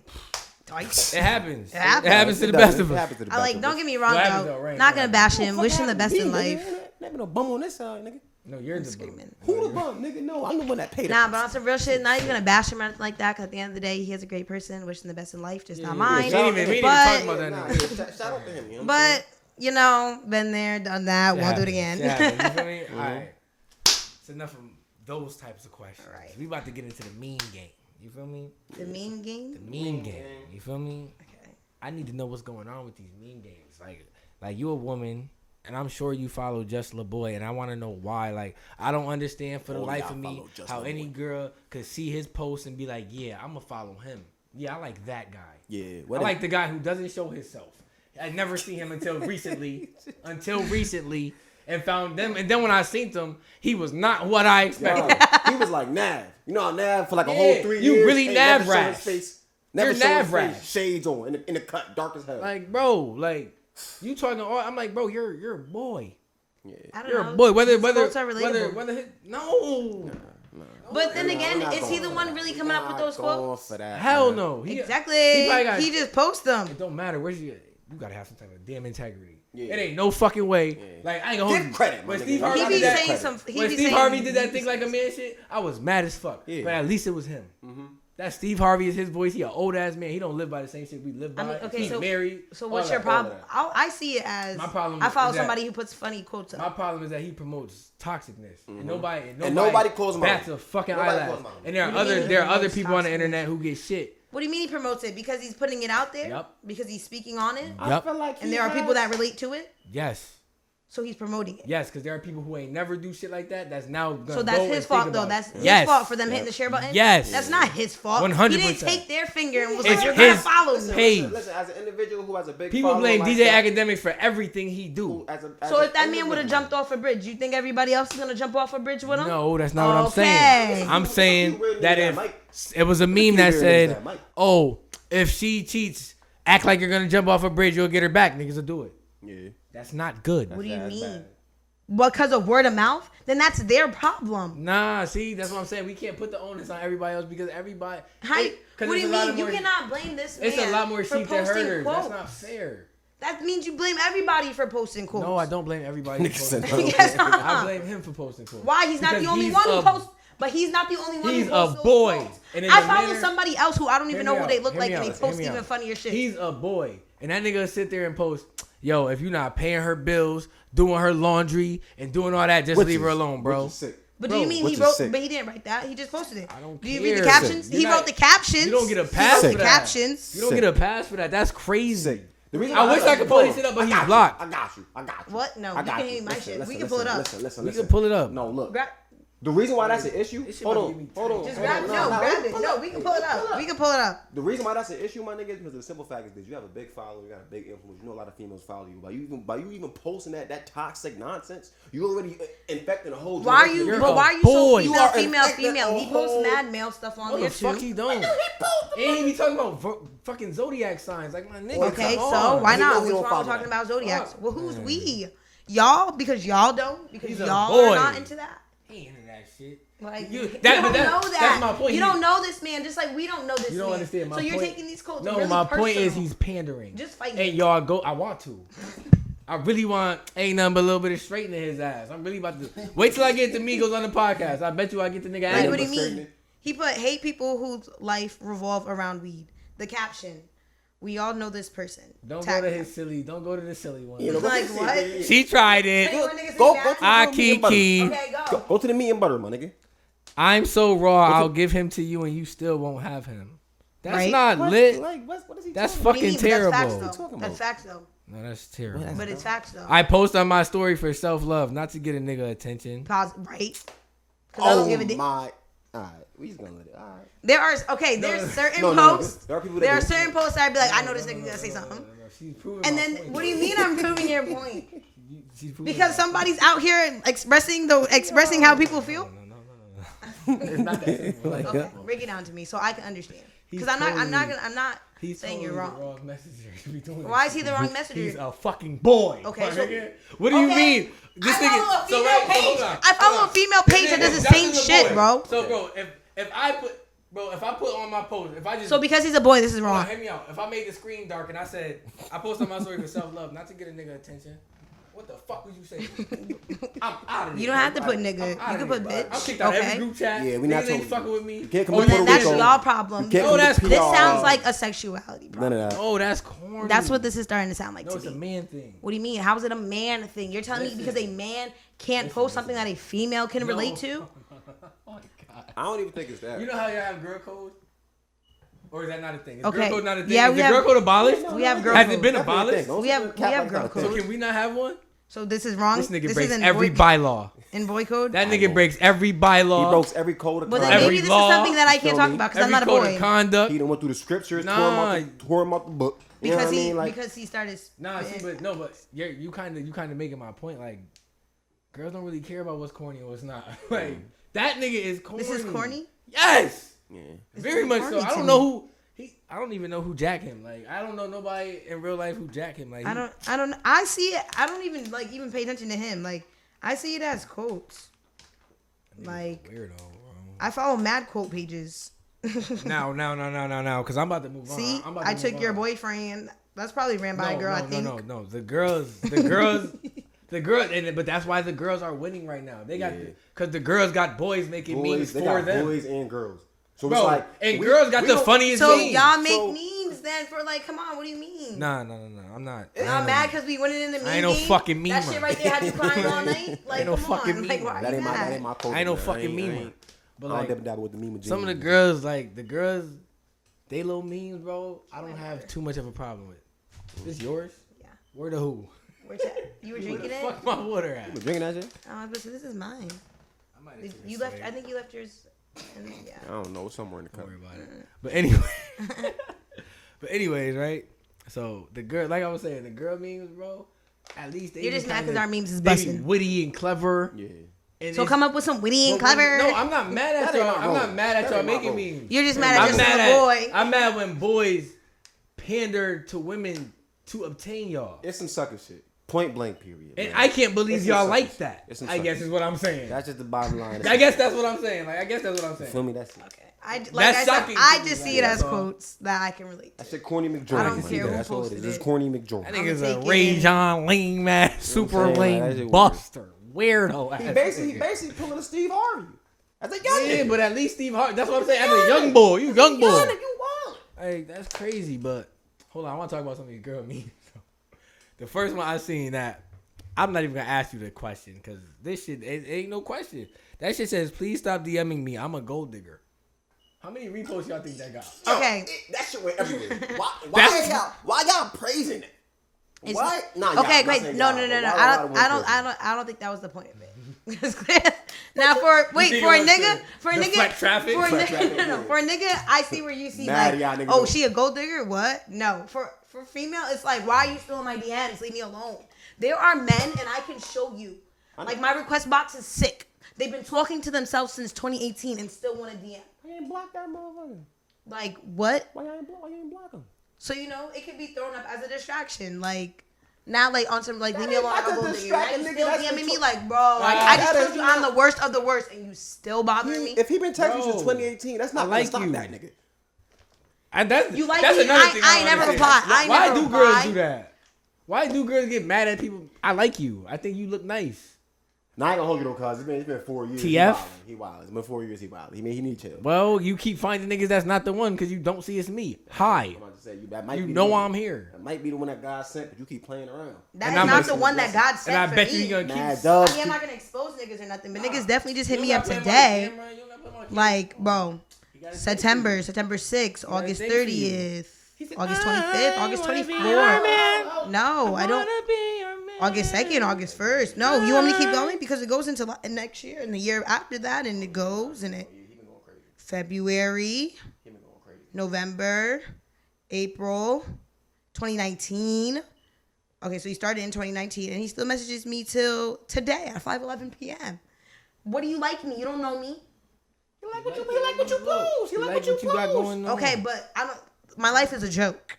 D: Twice.
B: It happens. It happens,
D: happens.
B: to the
C: does.
B: best of
C: It
B: us.
C: happens to the
D: I
C: best
D: like.
C: of
D: Don't
C: us.
D: get me wrong
B: What happened
D: though.
B: though, right,
D: Not
B: right.
D: gonna bash him.
C: Fuck
D: Wish him the
C: happened
D: best
C: to
D: in
C: me, nigga?
D: life.
C: Ain't Never no bum on this side, nigga.
B: No, you're the
D: Screaming.
C: Who the bum, nigga? No, I'm the one that paid.
D: Nah,
C: him.
D: but on some real shit, not even gonna bash him or anything like that. Cause at the end of the day, he is a great person. Wish him the best in life, just not
B: yeah,
D: mine.
B: yeah. We ain't even- we ain't even talking about
D: But
B: that.
C: Nah,
B: nigga.
C: yeah, shout- shout out to him. You know what
D: but you know, been there, done that. Won't do it again.
B: Yeah, you feel me? All right. It's enough of those types of questions.
D: Right.
B: We about to get into the mean game. You feel me?
D: the mean game.
B: The mean game.
C: game.
B: You feel me?
D: Okay.
B: I need to know what's going on with these mean games. Like, like you a woman, and I'm sure you follow Just LaBoy, and I want to know why. Like, I don't understand for the
C: Oh,
B: life
C: yeah, I
B: of me
C: follow Just
B: how any
C: LaBoy.
B: girl could see his post and be like, "Yeah, I'm gonna follow him. Yeah, I like that guy.
C: Yeah,
B: I
C: what is-
B: like the guy who doesn't show himself. I never seen him until recently, until recently." And found them, and then when I seen them, he was not what I expected.
C: I'm saying? Yo, he was like Nav. You know how Nav for like a
B: Yeah,
C: whole three
B: you
C: years.
B: really
C: ain't
B: Nav
C: never show his
B: rash.
C: face, Never
B: You're
C: show his
B: Nav
C: face,
B: rash.
C: Shades on in the, in the cut, dark as hell.
B: Like, bro, like you talking all? I'm like, bro, you're you're a boy.
D: I don't
B: You're
D: know.
B: a boy. Whether
D: These
B: whether
D: quotes are
B: whether
D: relatable.
B: whether his, no.
D: But then
C: Nah,
D: again,
C: we're not
D: is he
C: going
D: the
C: for
D: one
C: that.
D: really
C: We're
D: coming up with
C: not
D: those
C: going
D: quotes?
C: for that,
B: Hell
C: man.
B: no. He,
D: Exactly.
B: He,
D: He,
B: probably got,
D: just posts them.
B: It don't matter. Where's you? You gotta have some type of damn integrity.
C: Yeah.
B: It ain't no fucking way. Like I ain't gonna
C: Give
B: hold you.
C: credit, my
B: When
C: nigga.
B: Steve
C: Give
B: Harvey
D: He
C: Nah,
D: be
B: did that,
C: that's
D: saying
C: crazy.
D: some. He
B: when
D: be
B: Steve
D: saying,
B: Harvey did that thing like a man shit, I was mad as fuck.
C: Yeah. Mm-hmm.
B: But at least it was him. That Steve Harvey is his voice. He an old ass man. He don't live by the same shit we live by.
D: I mean, okay,
B: He's
D: so
B: married.
D: so
B: all
D: what's
B: that.
D: your problem?
C: that.
D: I, I see it as
B: My problem
D: I follow
B: is that-
D: somebody who puts funny quotes
B: My
D: up.
B: problem is that he promotes toxicness, and nobody and nobody,
C: Mm-hmm. And nobody calls him
B: bats
C: out.
B: a fucking
C: Nobody
B: eyelash.
C: calls him out.
B: And there are
D: What do you
B: other
D: mean
B: there are
D: he
B: other
D: promotes
B: people on the
D: toxicness?
B: internet who get shit.
D: What do you mean he promotes it? Because he's putting it out there.
B: Yup.
D: Because he's speaking on it,
C: I
B: Yup.
C: feel like
D: and
C: he
D: there are people
C: has-
D: that relate to it,
B: Yes,
D: so he's promoting it.
B: yes, because there are people who ain't never do shit like that. That's now gonna
D: So that's
B: go and
D: his
B: think
D: fault though.
B: about
D: That's
B: it.
D: his
B: Yes.
D: fault for them hitting the share button.
B: Yes.
D: That's not his fault. He didn't
B: 100%.
D: take their finger and was
B: It's
D: like, "You're
B: his
D: not follow
C: Listen,
D: me."
B: page.
C: Listen, listen, as an individual who has a big
B: People
C: following
B: blame
C: like
B: DJ
C: that,
B: Academic for everything he do.
C: as a- as
D: So
C: an
D: if that man would have
C: individual-
D: jumped off a bridge, you think everybody else is gonna jump off a bridge with him?
B: No, that's not what I'm
D: Okay.
B: saying. I'm
C: Look
B: saying
C: at you, weird
B: that
C: nigga,
B: if
C: Mike.
B: it was a meme
C: you,
B: that
C: weird nigga,
B: said,
C: Mike.
B: "Oh, if she cheats, act like you're gonna jump off a bridge, you'll get her back." Niggas will do it.
C: Yeah.
B: That's not good.
D: What do you
C: That's
D: mean?
C: bad.
D: Because of word of mouth? Then that's their problem.
B: Nah, see, that's what I'm saying. We can't put the onus on everybody else because everybody.
D: How?
B: it- 'cause
D: what do
B: it's
D: you
B: a lot
D: mean?
B: of
D: You
B: more-
D: cannot blame this man.
B: It's a lot more
D: for
B: sheep than
D: posting
B: herders.
D: Quotes.
B: That's not fair.
D: That means you blame everybody for posting quotes.
B: No, I don't blame everybody.
C: Nigga
B: For
C: said,
B: posting quotes.
D: Yes, uh-huh.
B: I blame him for posting quotes.
D: Why he's not
B: Because
D: the only
B: he's
D: one who
B: a-
D: posts? But he's not the only one
B: he's
D: who
B: a
D: posts. those
B: boy.
D: quotes.
B: And in
D: I
B: the
D: follow
B: manner-
D: somebody else who I don't
B: Hear me
D: even know what
B: out,
D: they look
B: hear
D: like,
B: me
D: and they
B: out, hear
D: post
B: me
D: even
B: out.
D: funnier shit.
B: He's a boy, and that nigga sit there and post, "Yo, if you're not paying her bills, doing her laundry, and doing all that, just
C: Which
B: leave her
C: is-
B: alone, bro."
C: which is sick.
D: but do you
B: Bro,
D: mean
C: which
D: he
C: is
D: wrote?
C: sick.
D: But he didn't write that. He just posted it.
B: I don't
D: do you read the
B: care.
D: captions?
B: You're
D: He
B: not-
D: wrote the captions.
B: You don't get a
D: He
B: pass
D: wrote
B: for
D: the
B: that.
D: captions.
B: You don't get a pass for that. That's crazy.
C: Sick. The reason
B: I wish I could pull
C: hold
B: his
C: on.
B: shit up, but
C: I
B: he's
C: got you.
B: blocked.
C: I got you. I got you.
D: What? No,
C: I
D: you
C: got
D: can hear my shit. We can pull it up.
C: Listen, listen,
B: We
C: listen.
B: can pull it up.
C: No, look.
D: Grab-
C: The reason why that's an issue,
B: This shit
C: hold
B: about to
C: on,
B: be
C: hold on,
B: tight.
D: Just
C: hold on,
D: grab it. No, grab
C: we
D: it.
C: can
D: No,
C: pull
D: we can pull it up. We can pull it up.
C: The reason why that's an issue, my nigga, is because of the simple fact is that you have a big following, you got a big influence. You know a lot of females follow you. By you even by you even posting that that toxic nonsense, you already uh, infecting a whole.
D: Why are
C: generation
D: you?
C: of
B: You're
D: But
B: a
C: girls.
D: why are you so
B: boy. You
D: female,
C: are
D: female,
C: infected
D: female?
C: a
D: He posts
C: whole-
D: mad male stuff on
B: What
D: there
B: the
D: too.
B: fuck he don't? And he be talking about vo- fucking zodiac signs, like my nigga.
D: Okay,
B: come
D: so
B: on.
D: why
C: We know
D: not?
C: we
D: What's
C: don't
D: wrong
C: follow
D: with talking
C: that.
D: about zodiacs?
B: Fuck.
D: Well, who's we? Y'all? Because y'all don't? Because
B: He's a
D: y'all are
B: boy.
D: not into that?
B: I ain't into that shit.
D: Like
B: You-
D: you,
B: that- but
D: don't
B: that-
D: know
B: that's
D: that.
B: my point.
D: You
B: He-
D: don't know this man, just like we don't know this.
B: You don't
D: man.
B: understand my
D: So you're
B: point-
D: taking these quotes.
B: No,
D: really
B: my point is
D: personal.
B: he's pandering.
D: Just fight
B: And
D: it.
B: y'all go. I want to. I really want ain't nothing but a little bit of straightening his ass. I'm really about to wait till I get the Migos on the podcast. I bet you I get the nigga.
D: Like,
B: out
D: what
B: of
D: do you
B: here.
D: mean? He put hate people whose life revolve around weed. The caption: We all know this person.
B: Don't
D: Tag
B: go to
D: him.
B: his silly. Don't go to the silly one.
C: You know,
D: Like,
C: go-
D: what?
C: yeah, yeah, yeah.
B: She tried
D: Hey,
B: it.
D: what niggas
C: Go,
D: is
C: go,
D: that?
C: to
B: I
C: the meat and butter.
B: kiki.
D: Okay,
C: Go,
D: go.
C: go to the meat and butter, my nigga.
B: I'm so raw. I'll give him to you, and you still won't have him. That's
D: Right?
B: not
C: What?
B: lit.
C: Like, what's, what is he
B: That's
C: talking
D: What do
B: fucking
D: you mean? But
B: terrible.
D: That's facts
C: What you
D: though.
C: talking
D: That's
C: about?
D: facts though.
B: No, that's terrible.
D: But it's facts though.
B: I post on my story for self love, not to get a nigga attention.
D: Pos- right? 'Cause I
C: about?
B: Oh
D: don't give a di-
C: Oh my. All right, we just gonna let it. All right.
D: There are okay. There's certain
C: No, no, no.
D: posts.
C: There are people that
D: There are
C: do-
D: certain posts that I'd be like, I know this nigga gonna say something.
B: She's proving
D: And
B: my
D: then,
B: point.
D: what do you mean I'm proving your point?
B: You- she's proving
D: Because
B: my-
D: somebody's out here expressing the expressing how people feel.
B: No, no, no, no, no. it's not that simple. Like,
C: uh,
D: Okay, break it down to me so I can understand. Because I'm not, I'm not gonna, I'm not
B: He's
D: saying
B: totally
D: you're wrong.
B: The wrong messenger. to be doing
D: Why is
B: this.
D: he the wrong
B: He's
D: messenger?
B: a fucking boy.
D: Okay,
B: my
D: so-
B: nigga. what do you
D: Okay,
B: mean? This
D: I
B: nigga-
D: follow a
B: so,
D: female
B: right, so
D: page.
B: hold on,
D: I follow
B: hold
D: a
B: on.
D: female page that
B: Nigga,
D: does the
B: that's
D: same
B: just a
D: shit,
B: boy.
D: bro.
B: So, bro, if if I put, bro, if I put on my post, if I just
D: So because he's a boy, this is
B: Hold on,
D: wrong.
B: hear me out. If I made the screen dark and I said I posted my story for self love, not to get a nigga attention, what the fuck would you say? I'm out of
D: You don't have to put nigga. You can put
B: I'm
D: bitch.
B: kicked out of
D: Okay.
B: every group chat.
C: Yeah, we
B: Niggas
C: not
B: ain't
C: talking-
B: fucking with me.
C: You can't come
B: oh,
C: to
B: yeah,
D: Then
C: Puerto
B: that's
D: that's
C: Rico.
D: y'all problem.
C: You can't
B: No,
C: come to
B: Oh, that's-
C: PR.
D: This sounds like a sexuality problem.
C: none of that.
B: oh, that's corny.
D: That's what this is starting to sound like
B: No,
D: to
B: it's a
D: me.
B: man thing.
D: What do you mean? How is it a man thing? You're telling me because a man can't post something that a female can relate to?
B: oh my god.
C: I don't even think it's that.
B: You know how y'all have girl code, or is that not a thing? Is
D: Okay.
B: girl code not a thing?
D: Yeah,
B: is
D: we
B: the
D: have-
B: girl code abolished?
D: We have girl
B: Has
D: code.
B: it been
C: Definitely a thing.
B: abolished?
C: Don't
D: We
C: sit
D: have-
C: there and
D: we
C: cap
D: have
C: like that
D: girl
C: thing.
D: code.
B: So can we not have one?
D: So this is wrong.
B: This nigga
D: this
B: breaks
D: is in
B: every
D: boy,
B: bylaw.
D: in boy code.
B: That
C: I know.
B: nigga breaks every bylaw.
C: He broke every code of
D: well, then
C: conduct.
B: every
D: maybe this
B: law,
D: is something that I
C: you feel
D: can't talk
C: me?
D: about because
B: every
D: I'm not a
B: code
D: boy.
B: of conduct.
C: He done went through the scriptures, tore him out the, tore him out the book. You know
D: because
C: what I
D: he
C: mean? Like,
D: because he started.
B: Nah, see,
D: spitting.
B: but no, but you're, you kind of you kind of making my point. Like, girls don't really care about what's corny or what's not. like that nigga is corny.
D: this is corny.
B: Yes,
C: yeah.
B: very much
D: corny
B: so. I
D: to
B: don't
D: me.
B: know who he. I don't even know who jack him. Like, I don't know nobody in real life who jack him. Like,
D: I
B: he-
D: don't. I don't. I see it. I don't even like even pay attention to him. Like I see it as quotes. Like
B: weirdo. Bro.
D: I follow mad quote pages.
B: now, now, now, now, now, now, because I'm about to move on.
D: See,
B: I'm about to
D: I
B: move
D: took your
B: on.
D: boyfriend. That's probably ran by
B: no,
D: a girl.
B: No,
D: I think.
B: no, no, no. The girls, the girls, the girls, and but that's why the girls are winning right now. They got
C: Yeah.
B: because the girls got boys making memes
C: boys, they
B: for
C: got
B: them.
C: boys and girls. So
B: Bro,
C: it's like,
B: and
C: we-
B: girls got
C: we
B: the
C: don't-
B: funniest
D: So
B: memes.
D: y'all make
C: So-
D: memes then for like, come on, what do you mean?
B: Nah, no, no, no. I'm not.
D: Y'all mad because we winning in the meme?
B: ain't no
D: game?
B: fucking meme
D: That shit
B: right.
D: right there had you crying all night. Like,
B: no
D: come
B: fucking
D: on.
B: meme
D: Like,
B: right.
D: why
C: That
D: are you
C: ain't my, that
D: mad?
C: ain't my code.
B: I ain't no
C: man.
B: fucking
C: I ain't- I
B: meme.
C: ain't-
B: But
C: I don't
B: like
C: dabble dabble with the meme.
B: some of the girls, like the girls, they little memes, bro. I don't have too much of a problem with. This yours?
D: Yeah.
B: Where the who?
D: Where's that? You were
B: Where the
D: drinking it?
B: fuck my water at?
C: drinking that shit.
D: I was about to say, this is mine.
B: I might have
D: Did-
B: took a
D: You left.
B: swig.
D: I think you left yours. And, yeah.
C: I don't know. Somewhere in the
B: Don't worry
C: country.
B: about it. But anyway, but anyways, right? So the girl, like I was saying, the girl memes, bro. At least they
D: You're just
B: be
D: mad
B: kinda-
D: because our memes is
B: they be
D: busting.
B: witty and clever.
C: Yeah.
B: And
D: So
B: it's-
D: come up with some witty and
B: But
D: clever.
B: when- No, I'm not mad at
C: That
B: y'all.
C: ain't my
B: I'm not
C: role.
B: mad at
C: That
B: y'all
C: ain't my
B: making
C: role.
B: memes.
D: You're just mad at
B: I'm
D: just
B: mad
D: a
B: at
D: boy.
B: I'm mad when boys pander to women to obtain y'all,
C: It's some sucker shit. Point blank. Period.
B: and
C: man.
B: I can't believe
C: It's some
B: y'all
C: sucker
B: like
C: shit.
B: that.
C: It's some
B: I
C: sucker
B: guess is
C: shit.
B: what I'm saying.
C: That's just the bottom line.
B: I guess that's what I'm saying. Like I guess that's what I'm
C: You feel
B: saying.
C: me? That's it.
D: I, like
B: That's
D: I
B: shocking
D: said, I
B: to me,
D: just
B: like,
D: see it
B: that's
D: as
B: all.
D: quotes that I can relate to.
C: That's shit. Corny McJordan.
D: I don't
C: my
D: care
C: nigga.
D: who
C: That's all it is.
D: posted
C: It's
D: it.
C: corny McJordan.
B: That nigga's a
D: taking
B: Ray
D: it.
B: John lame ass, super
C: saying? Like,
B: lame
C: that shit weird.
B: buster, weirdo
C: He
B: ass.
C: basically, he
B: nigga.
C: basically pulling a Steve Harvey. I think y'all
B: Yeah,
C: nigga.
B: but at least Steve Harvey. That's what I'm saying. As a young boy, you young boy.
C: Y'all nigga, you wild.
B: Hey, that's crazy, but hold on, I want to talk about some of these girl memes. the first one I seen that I'm not even gonna ask you the question because this shit it, it ain't no question. That shit says, "Please stop DMing me. I'm a gold digger." How many reposts y'all think that got?
D: Okay.
C: It- that shit went everywhere. Why, why
B: That's-
C: ain't y'all? Why y'all praising it?
D: It's-
C: What? Nah, y'all-
D: Okay,
C: I'm not
D: great.
C: saying
D: No,
C: y'all,
D: no,
C: but
D: no, no.
C: why
D: I
C: y'all the
D: don't, I
C: one
D: don't, I
C: praising
D: don't, I don't think that was the point of it. It's clear. now for wait
B: think
D: for a
B: it was
D: nigga
B: to
D: for a
B: deflect
D: nigga
B: traffic?
D: for a
B: Deflect
D: nigga no,
C: traffic,
D: no,
C: yeah.
D: for a nigga I see where you see
C: Mad
D: like
C: y'all niggas
D: oh
C: don't-
D: she a gold digger what no for for female it's like why are you still in my DMs leave me alone there are men and I can show you
C: know.
D: like my request box is sick they've been talking to themselves since 2018 and still want to DM
C: it? Why you ain't block that motherfucker?
D: like what
C: Why y'all ain't block? Why you ain't block him?
D: so you know it can be thrown up as a distraction like Not like on some like leave me
C: ain't
D: alone.
C: about
D: I'll
C: to
D: go nigga.
C: distract
D: Now
C: a
D: you
C: nigga,
D: still
C: that's
D: DMing me
C: control-
D: like, bro, like
B: Nah,
D: I just
C: that
D: told
C: is
D: you I'm
C: not-
D: the worst of the worst, and you still bothering me.
C: If he been texting you since
B: No.
C: 2018, that's not
B: I
C: like
B: like
C: stop
B: you.
C: that nigga.
B: And that's
D: You like
B: that's
D: me,
B: another
D: I-
B: thing.
D: I
B: don't
D: never
B: understand.
D: reply. I
B: Why
D: never
B: do
D: reply.
B: girls do that? Why do girls get mad at people? I like you. I think you look nice.
C: Now I ain't gonna hold you though, cause it's been, it's been four years. He
B: TF?
C: wildin'. He wild. It's been four years. He wild. He mean he need chill.
B: Well, you keep finding niggas that's not the one because you don't see it's me. Hi,
C: I'm about to say you. That might
B: you
C: be the
B: know
C: one.
B: I'm here.
C: That might be the one that God sent, but you keep playing around.
D: That
B: And
D: is
B: I'm
D: not the
B: listening,
D: one that
C: listen.
D: God
B: And
D: sent
B: I
D: for
B: bet
D: me.
B: you you gonna
C: Mad
B: keep.
C: dub.
D: I mean, I'm not gonna expose niggas or nothing, but niggas definitely just hit
B: You
D: me up
B: gotta play
D: today.
B: my camera, you gotta play my camera.
D: Like, bro,
B: You gotta thank
D: September,
B: me.
D: September 6th,
B: gotta
D: August
B: thank you.
D: 30th,
B: He said,
D: August
B: "I
D: 25th, August
B: wanna be
D: 24th.
B: your man.
D: No, I don't.
B: Wanna be your man.
D: August 2nd, August 1st. No, you want me to keep going? Because it goes into li- next year and the year after that, and it goes and it. February, November, April, 2019. Okay, so he started in 2019 and he still messages me till today at 5 11 p.m. What do you like me? You don't know me.
C: You like what you, you like what you post. You
B: Like what you got going on.
D: Okay, but I don't. My life is a joke.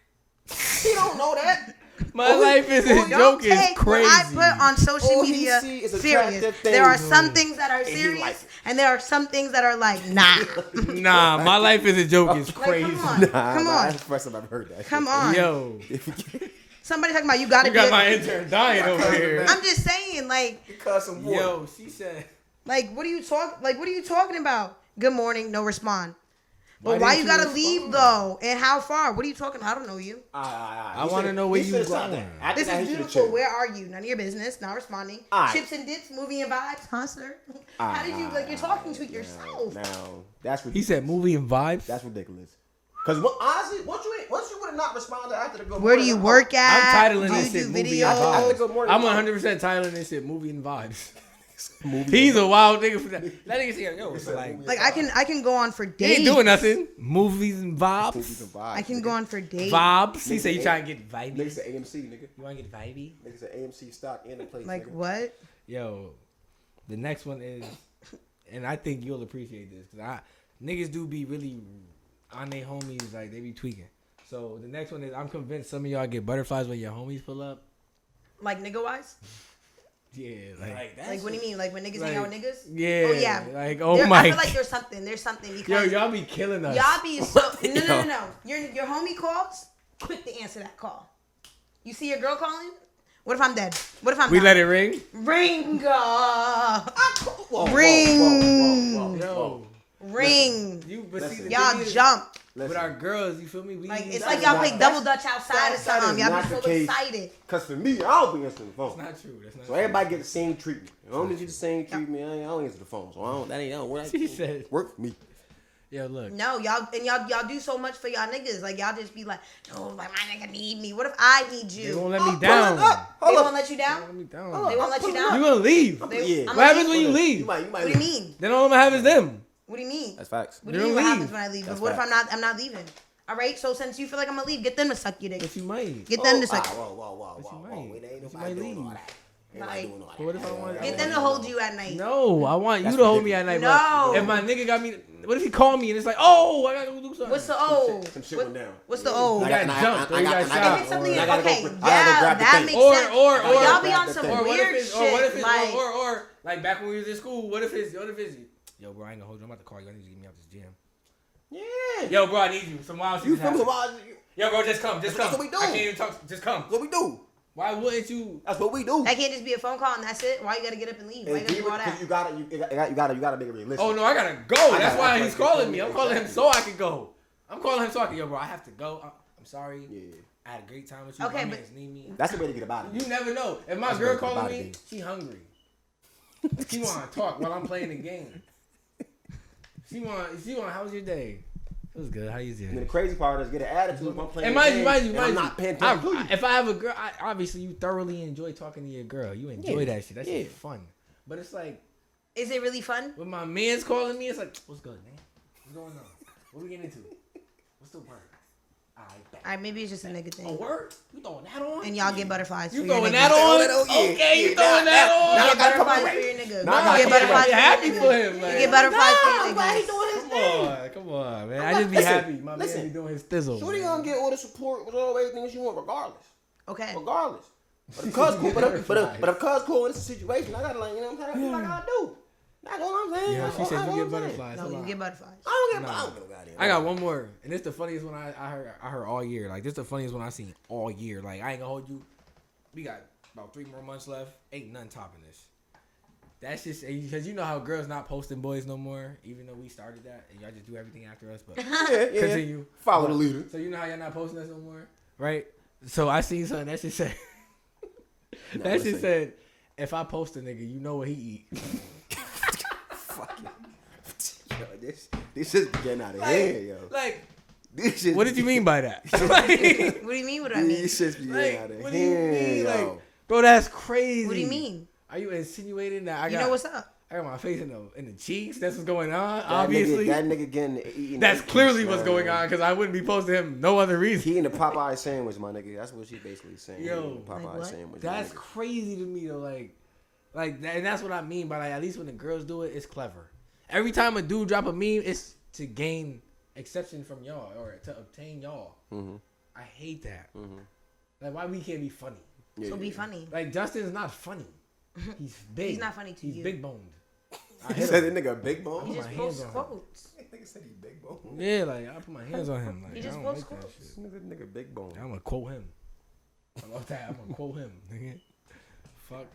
C: He don't know that.
B: My life is a
D: Don't
B: joke is
D: take
B: crazy.
D: what I put on social
C: All he
D: media
C: see is attractive
D: serious.
C: things.
D: There are some things that are
C: he
D: serious,
C: like it.
D: and there are some things that are like nah.
B: nah, my life is a joke is
D: Like,
B: crazy.
D: come on, come
C: Nah,
D: on,
C: That's the first time I've heard that.
D: come on.
B: Yo,
D: Somebody talking about you gotta
B: you
D: be.
B: got
D: a-
B: my intern dying over here.
D: I'm just saying, like,
C: Because some water.
B: Yo, she said.
D: like what are you talk? Like, what are you talking about? Good morning, no respond.
B: Why
D: But why,
B: didn't
D: you
B: you
D: gotta
B: respond?
D: leave though? And how far? What are you talking? I don't know you.
C: Aye, aye, aye.
B: I
C: He
B: wanna
C: said-
B: know where
C: he
B: you
C: said stop
B: going.
C: that. I think
D: This
C: I hate
D: is
C: you to
D: beautiful.
C: chill.
D: Where are you? None of your business. Not responding.
C: Alright.
D: Chips and dips, movie and vibes, concert. How
C: Alright,
D: did you like? You're talking to yourself.
C: Now that's
B: He
C: ridiculous.
B: said movie and vibes.
C: that's ridiculous. Because honestly, once you ain't- once you would have not responded after the good
D: Where do
C: morning,
D: you
C: I'm-
D: work
B: I'm
D: at?
B: titling
D: do
B: this shit
D: you do
B: movie
D: videos?
B: and
C: I think
B: vibes.
C: good morning
B: I'm
C: vibes.
B: 100 percent titling this shit movie and vibes.
C: Movie.
B: He's a wild nigga for that. That nigga said, yo, it's like
D: Like I can I can go on for
B: he
D: days.
B: ain't doing nothing. Movies and
C: Movies
B: vibes.
C: and vibes,
D: I can
C: nigga.
D: go on for days.
B: Vibes. He said you trying to get
C: Niggas
B: vibey.
C: said AMC, nigga.
B: You want to get vibey?
C: Niggas said AMC stock in the place.
D: Like
C: nigga.
D: what?
B: Yo, the next one is, and I think you'll appreciate this because I niggas do be really on their homies like they be tweaking. So the next one is I'm convinced some of y'all get butterflies when your homies pull up.
D: Like nigga wise?
B: Yeah, like,
D: Like what do you mean? Like when niggas hang out with
B: Like,
D: niggas?
B: yeah,
D: Oh yeah.
B: like, oh
D: There-
B: my-
D: I feel like there's something. There's something
B: yo,
D: because
B: y'all be killing us.
D: y'all be so no no no no. Your your homie calls, quick to answer that call. You see your girl calling? What if I'm dead? What if I'm
B: we
D: not?
B: let it ring.
D: ring? uh,
C: Whoa, whoa, whoa,
D: Ring.
C: whoa, whoa, whoa.
B: Yo,
D: ring.
B: you but see
C: Listen.
B: the
D: Y'all
B: thing is,
D: jump.
B: with
C: Listen.
B: our girls. You feel me? We
D: Like it's
B: that's
D: like y'all
C: not-
D: play double dutch outside or
C: that's- that is
D: something. Y'all
C: not
D: be so
C: the case.
D: excited.
C: Cause for me, I don't be answering the phone.
B: not true. That's not
C: so
B: true.
C: everybody get the same treatment. As long as you the same treatment, I, ain't- I don't answer the phone. So I don't. That ain't I don't work.
B: She said-
C: work for me.
B: Yo, look.
D: No, y'all and y'all y'all do so much for y'all niggas. Like y'all just be like, no, like my nigga need me. What if I need you?
B: They
D: They
B: won't
D: won't
B: let me
C: I'm
B: down.
C: pulling up. Hold up.
D: let you
B: Let
D: down.
B: me
C: Hold
B: down.
D: They
B: You
D: won't let you
C: Pulling
D: down.
C: up.
B: gonna leave?
D: They-
C: Yeah.
D: I'ma
B: What happens
D: leave.
B: when you
C: You
B: leave?
C: might. You might.
D: What do you mean?
B: Then all I'm gonna have is them.
D: What do you mean?
C: That's facts.
D: What do you
B: You're
D: mean? What
B: gonna
D: happens
B: leave.
D: when I leave? But
C: That's
D: what if
C: facts.
D: I'm not? I'm not leaving. All right. So since you feel like I'm gonna leave, get them to suck your dick.
B: If you might.
D: Get them
C: Oh,
D: to suck.
C: ah, Whoa, whoa, whoa,
B: But you
C: whoa,
B: might.
C: whoa. It ain't
B: But you
C: nobody
B: might
C: doing all
B: leave.
C: that. Ain't nobody
D: Like,
C: doing all that.
B: What if I want-
D: Get them to hold you at night.
B: No, I want
C: That's
B: you to hold me at night.
C: ridiculous.
B: bro.
D: No.
B: If my nigga got me, what if he called me and it's like, oh, I gotta go do something.
D: What's the
C: shit-
D: old?
C: some shit
D: What-
C: went down.
D: What's the old?
B: I
C: I
B: got
C: got- and I-
B: jumped or
C: I- I
B: you
C: got-
B: got
C: and I
B: shot.
C: got-
D: If it's something
C: I gotta go
D: okay,
C: for- I
D: yeah,
C: gotta go grab the
D: that
C: thing.
D: makes
B: or,
D: sense.
B: or,
D: But
B: or,
D: y'all be
C: grab
D: on
C: the
D: some
C: thing.
B: or what if
D: weird
B: it's, or
D: shit.
B: what if it's,
D: like,
B: or, or, or, like back when we was in school, what if it's, what if it's, yo, bro, I ain't gonna hold you. I'm about to call you. I need you to get me out this gym.
C: Yeah.
B: Yo, bro, I need you. Some wild shit.
C: You
B: just
C: feel me?
B: happened.
C: Why-
B: Yo, bro, just come. Just come.
C: That's what we do.
B: I can't even talk. Just come.
C: That's what we do.
B: Why wouldn't you?
C: That's what we do.
D: that can't just be a phone call and that's it. Why you gotta get up and leave? Why you
C: And
D: gotta
C: we-
D: do all that?
C: you gotta, you gotta, you gotta, you gotta make it realistic.
B: Oh no, I gotta go. That's
C: gotta-
B: why
C: I
B: he's
C: gotta-
B: calling me. I'm calling him so I can go. I'm calling him so I can. Yo, bro, I have to go. I- I'm sorry.
C: Yeah.
B: I had a great time with you.
D: Okay,
B: My
D: but-
B: man's need me.
C: That's the way to get about it.
B: You never know. If my
C: That's
B: girl
C: what the
B: calling
C: body
B: me,
C: do.
B: she hungry. She want to talk while I'm playing the game. She want. She want. How was your day? It was good. How you
C: And the
B: doing?
C: crazy part is get an attitude. If I'm playing,
B: And mind
C: the
B: you,
C: game
B: mind you,
C: and
B: mind
C: I'm
B: you,
C: not paying
B: I-
C: attention to you.
B: if I have a girl, I, obviously you thoroughly enjoy talking to your girl. You enjoy
C: Yeah.
B: that shit. That shit
C: Yeah.
B: fun. But it's like
D: Is it really fun?
B: when my man's calling me, it's like, what's good, man? What's going on? What we getting into? What's the word? I bet.
D: All right, maybe it's just a nigga
B: A
D: thing.
B: word? You throwing that on?
D: And y'all get butterflies.
B: Oh, You
D: for your
B: throwing
D: nigga.
B: that
C: Oh,
B: on?
C: that- oh, yeah.
B: Okay, you
C: Yeah,
B: throwing
C: nah,
B: that
C: nah,
B: on?
D: You
C: nah,
D: get
C: gotta come away.
D: butterflies for your nigga.
C: Nah,
B: Nah, I
D: you get
B: can't
D: butterflies
B: be happy
D: your
B: for
D: nigga.
B: him. Like,
D: You get butterflies for your
C: Nah, why he
D: niggas.
C: doing his
B: Come
C: thing?
B: on, come on, man. I just be
C: Listen,
B: happy. My
C: listen.
B: man be doing his thizzle.
C: Shorty
B: man.
C: gonna get all the support with all the things you want, regardless.
D: Okay.
C: Regardless. But if cuz cool, but if, but if, but if cuz cool in this situation, I gotta like, you know what I'm saying? Like, I do. That's all I'm saying.
B: Yeah,
C: That's
B: she
C: all-
B: said
C: that's all
B: you
C: I'm
B: get
C: saying.
B: butterflies.
D: No,
B: Hold
D: you
B: on.
D: get butterflies.
C: I don't get. I don't get no goddamn.
B: I got one more, and it's the funniest one I, I heard. I heard all year. Like this, is the funniest one I seen all year. Like I ain't gonna hold you. We got about three more months left. Ain't none topping this. That's just because you know how girls not posting boys no more. Even though we started that, and y'all just do everything after us. But
C: Yeah, yeah.
B: Continue.
C: Follow the leader.
B: so you know how y'all not posting us no more, right? So I seen something that shit said. that shit
C: listen.
B: said, if I post a nigga, you know what he eat.
C: Fucking. Yo, this this is getting out of hand, yo.
B: Like,
C: This shit.
B: what did you mean by that? Like-
D: What do you mean? What do I mean?
C: This shit's getting
B: Like,
C: out of
B: what do you
C: hand,
B: mean?
C: yo.
B: Like, bro, that's crazy.
D: What do you mean?
B: Are you insinuating that I got,
D: You know what's up?
B: I got my face in the in the cheeks? That's what's going on.
C: That
B: obviously,
C: nigga, that nigga getting eating.
B: that's
C: eight
B: clearly
C: pieces,
B: what's
C: yo.
B: going on because I wouldn't be posting him no other reason.
C: He in the Popeye sandwich, my nigga. That's what she basically saying. He
B: Yo.
C: eating the Popeye
D: Like what?
C: sandwich. my
B: That's
C: nigga.
B: crazy to me though. Like, like, that, and that's what I mean by like. At least when the girls do it, it's clever. Every time a dude drop a meme, it's to gain exception from y'all or to obtain y'all.
C: Mm-hmm.
B: I hate that. Like, why we can't be funny?
C: Yeah,
D: So
C: yeah,
D: be
C: yeah.
D: funny.
B: Like, Justin's not funny. He's big.
D: He's not funny to
B: He's
D: you.
B: big boned. I
C: He
B: hit
C: said
B: him.
C: that nigga big bone.
D: He
B: my
D: just
B: hands
D: posts
B: on him.
D: quotes.
C: nigga said he big bone.
B: Yeah, like I put my hands on him. Like,
D: He just
B: I don't
D: posts
B: like that
D: quotes.
B: shit.
C: This nigga, nigga big bone.
B: I'm gonna quote him. I love that. I'm gonna quote him. Nigga. Fuck.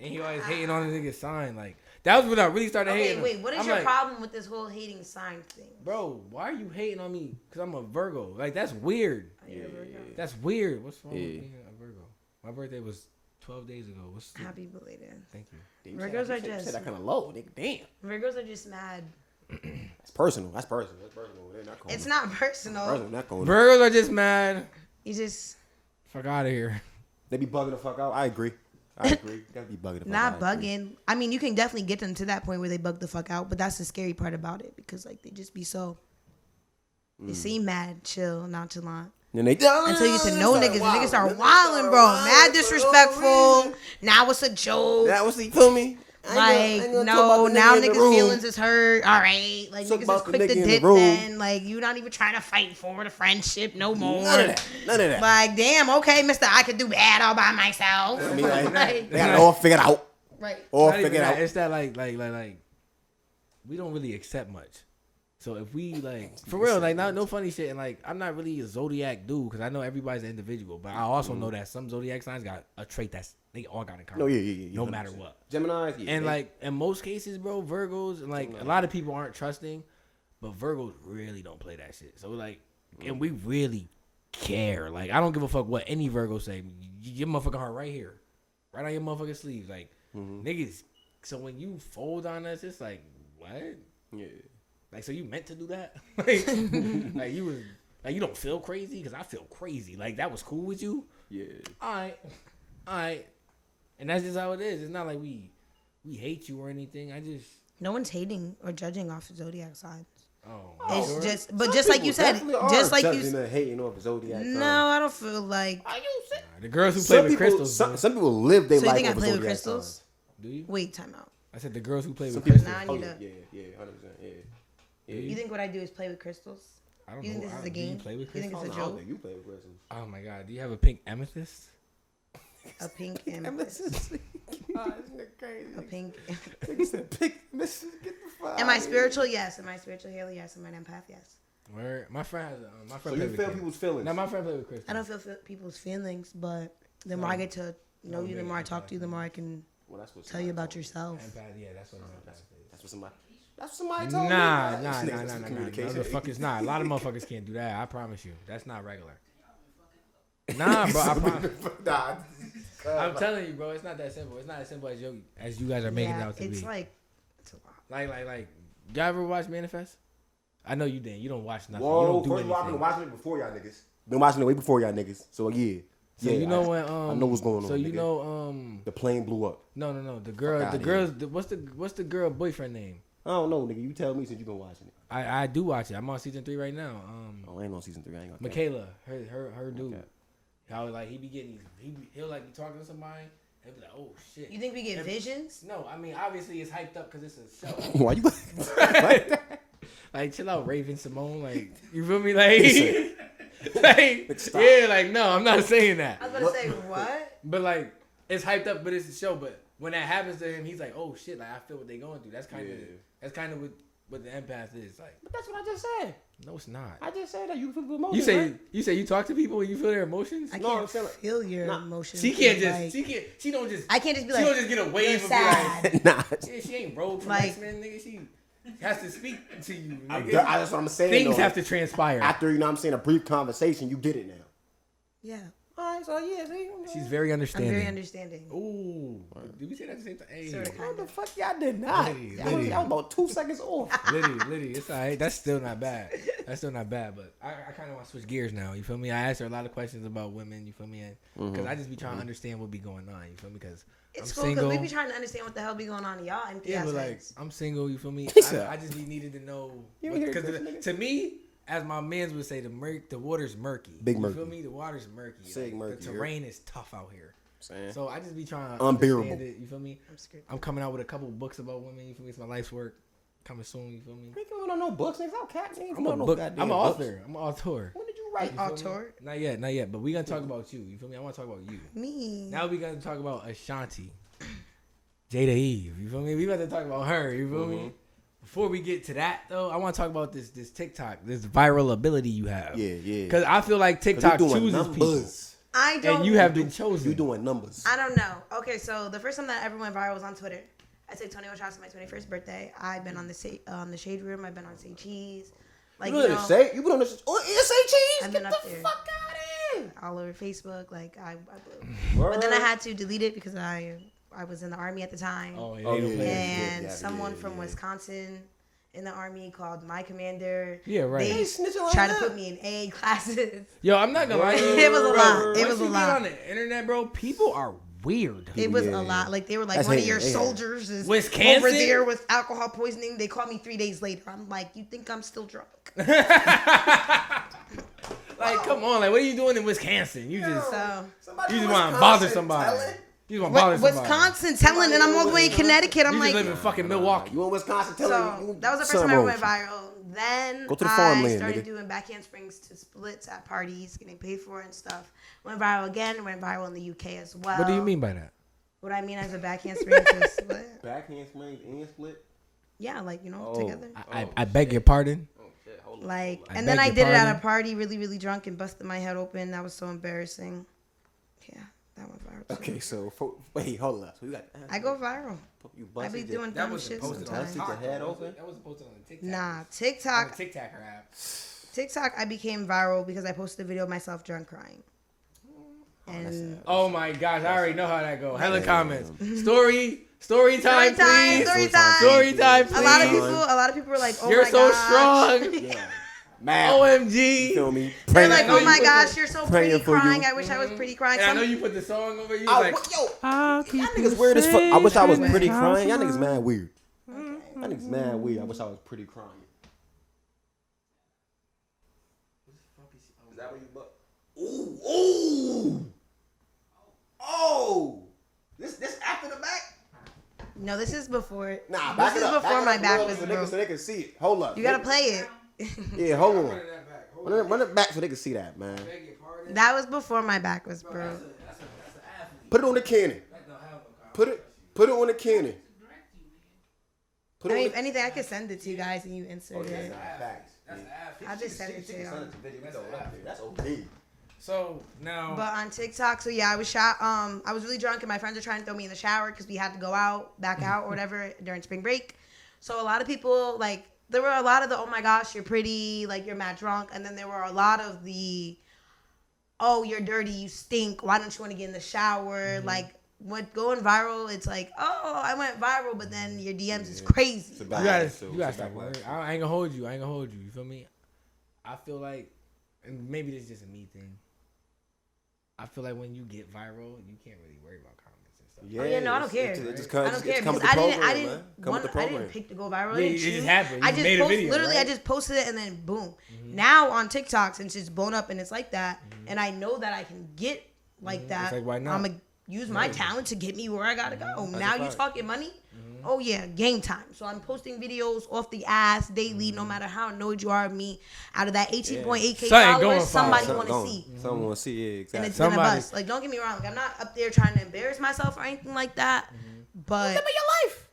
B: And he always hating on the nigga sign. Like that was when I really started
D: Okay,
B: hating.
D: wait.
B: him.
D: What is
B: I'm
D: your
B: like,
D: problem with this whole hating sign thing?
B: bro? Why are you hating on me? Cause I'm a Virgo. Like that's weird.
D: Are you a Virgo?
B: That's weird. What's wrong
C: Yeah.
B: with being a Virgo? My birthday was 12 days ago. What's the,
D: Happy belated.
B: thank you?
C: Damn,
D: Virgos
C: said-
D: are
C: said-
D: just-
C: said that kind of low. Nigga, damn.
D: Virgos are just mad.
C: That's personal. That's personal. That's personal. They're not calling.
D: It's not
C: personal.
D: personal.
C: Not calling.
B: Virgos are just mad.
D: You just
B: Fuck out of here.
C: They be bugging the fuck out. I agree. I agree. You gotta be bugging the fuck
D: not
C: out. I agree.
D: bugging. I mean, you can definitely get them to that point where they bug the fuck out, but that's the scary part about it because like they just be so.
C: Mm.
D: They seem mad, chill, nonchalant.
C: Then they
D: Until you get to know niggas,
C: Wow.
D: niggas
C: Then
D: start
C: they
D: wilding,
C: start
D: bro.
C: wilding
D: Mad
C: for no
D: disrespectful.
C: reason.
D: Now it's a joke.
C: That was the, you feel me? I ain't
D: Like,
C: gonna- I ain't gonna talk
D: no,
C: about the
D: now
C: in the
D: niggas'
C: room.
D: feelings is hurt. All right. Like,
C: Talk
D: niggas
C: about
D: is
C: the
D: quick
C: nigga
D: to
C: in the
D: dip
C: room.
D: then. Like, you're not even trying to fight for the friendship no more.
C: None of that. None of that.
D: Like, damn, okay, mister, I could do bad all by myself.
C: I mean, like,
D: Right.
C: they got it all figured out.
D: Right.
C: All
B: Not even
C: figured
B: that,
C: out.
B: It's that like like like like we don't really accept much. So if we like for real, like not no funny shit, and like I'm not really a zodiac dude because I know everybody's an individual, but I also know that some zodiac signs got a trait that's they all got in common.
C: No, Mm. Oh, yeah, yeah, yeah.
B: no
C: 100%.
B: matter what.
C: Gemini. Yeah,
B: And
C: they-
B: like in most cases, bro, Virgos and like a lot of people aren't trusting, but Virgos really don't play that shit. So like, and we really care. Like I don't give a fuck what any Virgo say. Y- Your motherfucking heart right here, right on your motherfucking sleeve. Like
C: Mm-hmm.
B: niggas. So when you fold on us, it's like what?
C: yeah.
B: Like so you meant to do that? like, like you was like you don't feel crazy because I feel crazy. Like that was cool with you
C: Yeah.
B: all right, all right, and that's just how it is. It's not like we we hate you or anything. I just
D: No one's hating or judging off zodiac signs.
B: oh,
D: It's
B: sure.
D: just, but
C: Some
D: just like
C: people
D: you said,
C: definitely are
D: just like you.
C: judging
D: s-
C: and hating off zodiac. signs.
D: No, I don't feel like.
B: the girls who play
C: Some
B: with
C: people,
B: crystals.
C: some,
B: bro.
C: some people live their
D: So you
C: life
D: think I
C: off of
D: play with
C: zodiac
D: crystals?
C: signs.
B: Do you?
D: Wait, time out.
B: I said the girls who play
C: Some
B: with
C: people.
B: crystals.
D: Nah, I
C: oh,
D: need
C: yeah,
D: to-
C: yeah, yeah, hundred percent, yeah.
D: You think what I do is play with crystals?
B: I don't
D: you think
B: know.
D: this
B: I-
D: is a
B: do you
D: game?
B: play with
D: You think
C: Oh,
D: it's a
C: no, I don't
D: joke?
C: think you play with crystals.
B: Oh my god, do you have a pink amethyst?
D: A pink and
C: Amethyst. God, Oh, this nigga crazy.
D: a pink.
C: Nigga said, "Pick Amethyst, get the fuck."
D: Am
C: out
D: I
C: of here."
D: spiritual? Yes. Am I spiritual healer? Yes. Am I an empath? Yes.
B: Where my friend has a, um, my
C: So
B: friend.
C: you
B: played
C: feel
B: with
C: people's
B: crystals.
C: feelings?
B: Now my friend played with crystals.
D: I don't feel, feel people's feelings, but the more I get to know you, the more I talk to you, the more I can
C: Well, that's what
D: tell you
C: somebody
D: about
C: told me.
D: yourself.
B: Empath, yeah, that's what. I'm that's,
C: That's what somebody. That's what somebody told me.
B: Nah, nah,
C: This
B: nah,
C: nigga's
B: nah,
C: just
B: nah, nah, nah.
C: communication.
B: Motherfuckers, nah. A lot of motherfuckers can't do that. I promise you, that's not regular. Nah, bro. I promise.
C: Nah.
B: I'm telling you, bro, it's not that simple. It's not as simple as you as you guys are making it
D: Yeah,
B: out to
D: it's
B: be. Like,
D: like it's a lot.
B: like, like, y'all ever watch Manifest? I know you didn't. You don't watch nothing. you
C: Whoa,
B: don't do
C: first of all, I've been
B: anything.
C: watching it before y'all niggas. Been watching it way before y'all niggas. So yeah,
B: So you know when um,
C: I know what's going on.
B: So you
C: nigga.
B: know um,
C: the plane blew up.
B: no, no, no. The girl,
C: outta
B: the girl's, the, what's the what's the girl boyfriend name?
C: I don't know, nigga. You tell me since you been watching it.
B: I I do watch it. I'm on season three right now. Um,
C: Oh, I ain't on season three. I ain't gonna.
B: Michaela, her her her dude.
C: Okay.
B: How like he be getting these- he be, he'll like be talking to somebody and be like, oh shit.
D: You think we get
B: And-
D: visions?
B: No, I mean obviously it's hyped up because it's a show.
C: Why you?
B: like chill out, Raven Simone. Like you feel me? Like, like yeah, like no, I'm not saying
D: I
B: that.
D: was about to say what?
B: But like it's hyped up, but it's a show. But when that happens to him, he's like, oh shit, like I feel what they going through. That's kind of
C: Yeah.
B: that's kind of what what the empath is like.
C: But that's what I just said.
B: No, it's not.
C: I just said that you feel the emotions.
B: You say
C: right?
B: you say you talk to people and you feel their emotions.
D: I
C: No, I'm
D: can't
C: feeling-
D: feel your
C: Nah.
D: emotions.
B: She can't
D: but,
B: just
D: like,
B: she can't she don't just
D: I can't just be
B: she
D: like.
B: don't just get a wave
D: "You're
B: and be
D: sad."
C: nah.
B: yeah, she ain't rolled from
D: Like-
B: X Men, nigga. She has to speak to you.
C: I'm
B: nigga.
C: done- I- that's what I'm saying.
B: Things
C: though.
B: have to transpire.
C: After you know, what I'm saying a brief conversation. You did it now.
D: yeah,
C: All right, so yeah, see,
B: She's very
D: I'm
B: understanding.
D: very understanding.
B: Ooh, did we say that at the same time? Hey,
D: Sort of,
C: What
D: kind
C: the
D: of.
C: fuck y'all did not?
B: Liddy,
C: Y'all was,
B: Liddy.
C: y'all about two seconds off.
B: Liddy, Liddy, it's all right. That's still not bad. That's still not bad, but I, I kind of want to switch gears now. You feel me? I asked her a lot of questions about women. You feel me?
C: Mm-hmm.
B: Because I just be trying to understand what be going on. You feel me? Because I'm
D: It's cool
B: single.
D: because we be trying to understand what the hell be going on in y'all and
B: yeah,
D: yeah,
B: but like I'm single. You feel me?
C: He said-
B: I, I just be needed to know
C: You hear
B: because
C: this
B: to,
C: nigga?
B: me, as my mans would say, the murk, the water's murky.
C: Big
B: you
C: murky.
B: Feel me? The water's murky.
C: Sig murky,
B: The
C: you're-
B: terrain is tough out here.
C: Saying.
B: So I just be trying to
C: Unbearable.
B: understand it. You feel me?
D: I'm screwed.
B: I'm coming out with a couple books about women. You feel me? It's my life's work coming soon. You feel me?
C: Nigga, we don't know books. Niggas, I'm cat. niggas,
B: I'm
C: don't
B: a
C: know
B: book.
C: goddamn
B: I'm an
C: books.
B: author. I'm an author.
C: When did you write?
B: You feel me?
D: Author?
B: Not yet, not yet. But we gonna talk about you. You feel me? I want to talk about you.
D: Me.
B: Now we gonna talk about Ashanti, Jada Eve. You feel me? We about to talk about her. You feel
C: Mm-hmm.
B: me? Before we get to that though, I want to talk about this this TikTok, this viral ability you have.
C: Yeah, yeah.
B: Because I feel like
C: You
B: TikTok
C: doing
B: chooses
C: numbers.
D: I
B: people,
D: don't.
B: and you have been chosen.
C: You doing numbers?
D: I don't know. Okay, so the first time that I ever went viral was on Twitter. I took 21 shots on my 21st birthday. I've been on the sa- on the shade room. I've been on Say Cheese. Like
C: You
D: you,
C: don't
D: know,
C: say. You put on this. Oh, it's a cheese.
D: I've been
C: Get
D: up
C: the
D: there.
C: fuck out of here.
D: all over Facebook. Like I, I blew. But then I had to delete it because I I was in the army at the time.
B: Oh yeah.
C: Oh,
B: they don't
C: yeah,
B: play.
C: yeah.
D: and
C: yeah,
D: someone
C: yeah,
D: from
C: yeah.
D: Wisconsin in the army called my commander.
B: Yeah, right.
D: They
B: They
C: snitching like
D: tried to
C: that.
D: put me in A classes.
B: Yo, I'm not gonna lie. to you,
D: It was a
B: bro.
D: lot. It
B: Once
D: was a
B: you get
D: lot.
B: on the internet, bro. People are weird.
D: It was
C: Yeah.
D: a lot. Like they were like
C: That's
D: one
C: hating.
D: of
C: They
D: your
C: hating.
D: soldiers is
B: Wisconsin?
D: over there with alcohol poisoning. They called me three days later. I'm like, you think I'm still drunk? Oh.
B: Like, come on. Like, what are you doing in Wisconsin? You just
D: So
C: Somebody
B: you just
C: in
B: want to
C: Wisconsin
B: bother somebody.
C: telling-
B: You just want to bother
D: Wi-
B: somebody.
D: Wisconsin telling, and I'm all the way in Connecticut. I'm
B: You just
D: like,
B: live in fucking Milwaukee.
C: You in Wisconsin telling?
D: so
C: you-
D: that was the first
C: something
D: time I
C: wrong
D: went
C: with you.
D: viral. Then
C: Go to the
D: I
C: farmland,
D: started
C: nigga.
D: doing backhand springs to splits at parties, getting paid for and stuff. Went viral again. Went viral in the UK as well.
B: What do you mean by that?
D: What I mean as a backhand spring to split?
C: Backhand swings and split.
D: Yeah, like you know,
C: Oh.
D: together.
B: I, I beg your pardon.
C: Oh shit! Hold on.
D: Like,
B: I
D: and then
B: beg
D: I
B: your
D: did it at a party, really, really drunk, and busted my head open. That was so embarrassing. Yeah, that went viral. Too.
C: Okay, so for, wait, hold up. So you got
D: I go viral.
C: you
D: I be
C: busted your-
D: doing dumb shit sometimes.
C: TikTok. Busted your head open?
B: That was posted on the TikTok.
D: Nah,
B: On
D: TikTok.
B: the TikToker app.
D: TikTok, I became viral because I posted a video of myself drunk crying. And
B: Oh my gosh, I already know how that go. Hella comments. Story, story time,
D: story
B: please.
D: time, story
C: Story time,
D: time.
B: Story time,
D: A lot of
B: please.
D: people, a lot of people were like, "Oh
B: You're
D: my
B: so
D: gosh.
B: strong.
C: Yeah. Mad.
B: OMG.
C: feel me?
D: They're
C: Praying
D: like,
C: for
D: "Oh
C: you.
D: my gosh, you're so
C: Praying
D: pretty
C: for you.
D: crying. I wish I was pretty crying."
B: And Mm-hmm. I know
D: Some-
B: you put the song over you.
C: I,
B: Like,
C: yo, y'all niggas weird as fuck. I wish I was pretty crying. Y'all niggas mad weird.
D: Mm-hmm.
C: Y'all niggas mad weird. I wish I was pretty crying. Is that what you bu- Ooh, ooh, oh! This, this after the back?
D: no, this is before.
C: Nah, back
D: this
C: it
D: is
C: up. Back
D: before
C: it
D: my
C: up
D: back
C: real
D: was
C: so they can-
D: broke.
C: So they can see it. Hold up.
D: You gotta
C: Nigga-
D: play it.
C: Yeah, hold on. Run it, run it back so they can see that, man.
D: That was before my back was broke.
C: Put it on the cannon. Put it, put it on the cannon. Put
D: I
C: it
D: mean,
C: on
D: if
C: the
D: anything, I could send it to you guys and you
C: Oh,
D: insert it. I'll just send it to you.
C: That's okay.
B: So now.
D: But on TikTok, so yeah, I was shot. Um, I was really drunk, and my friends were trying to throw me in the shower because we had to go out, back out, or whatever during spring break. So a lot of people like there were a lot of the oh my gosh, you're pretty, like you're mad drunk, and then there were a lot of the oh you're dirty, you stink. Why don't you want to get in the shower? Like what going viral? It's like oh I went viral, but then your DMs is crazy.
B: You gotta,
C: So,
B: you gotta
C: so
B: stop
C: back-
B: worrying. I I ain't gonna hold you. I ain't gonna hold you. You feel me? I feel like, and maybe this is just a me thing. I feel like when you get viral, you can't really worry about comments and stuff.
D: Oh, yeah, no, I
C: it's-
D: don't care.
C: It, it just
D: I
C: comes,
D: don't care
C: It comes with
D: because
C: the
D: I
C: program,
D: didn't. I didn't.
C: man. Come with
D: One,
C: the
D: I
C: program.
D: didn't pick to go viral. I
B: Yeah,
D: didn't
B: it just
D: choose.
B: happened.
D: I
B: You
D: just
B: made a
D: post-
B: video,
D: literally. I
B: right?
D: just posted it and then boom.
C: Mm-hmm.
D: Now on TikTok, since it's blown up and it's like that, and I know that I can get like that.
C: Mm-hmm.
B: like, why not?
D: I'm gonna use my talent to get me where I gotta go. Now you
B: fact.
D: talking money?
C: Mm-hmm.
D: Oh yeah, game time. So I'm posting videos off the ass daily,
C: Mm-hmm.
D: no matter how annoyed you are of me. Out of that 18.8k
B: Something going
D: followers, somebody
B: viral.
D: want to see.
C: Someone want to see. Yeah,
D: And
C: exactly.
D: it's been a
B: Somebody-
D: bust. Like don't get me wrong, like I'm not up there trying to embarrass myself or anything like that. But remember your life.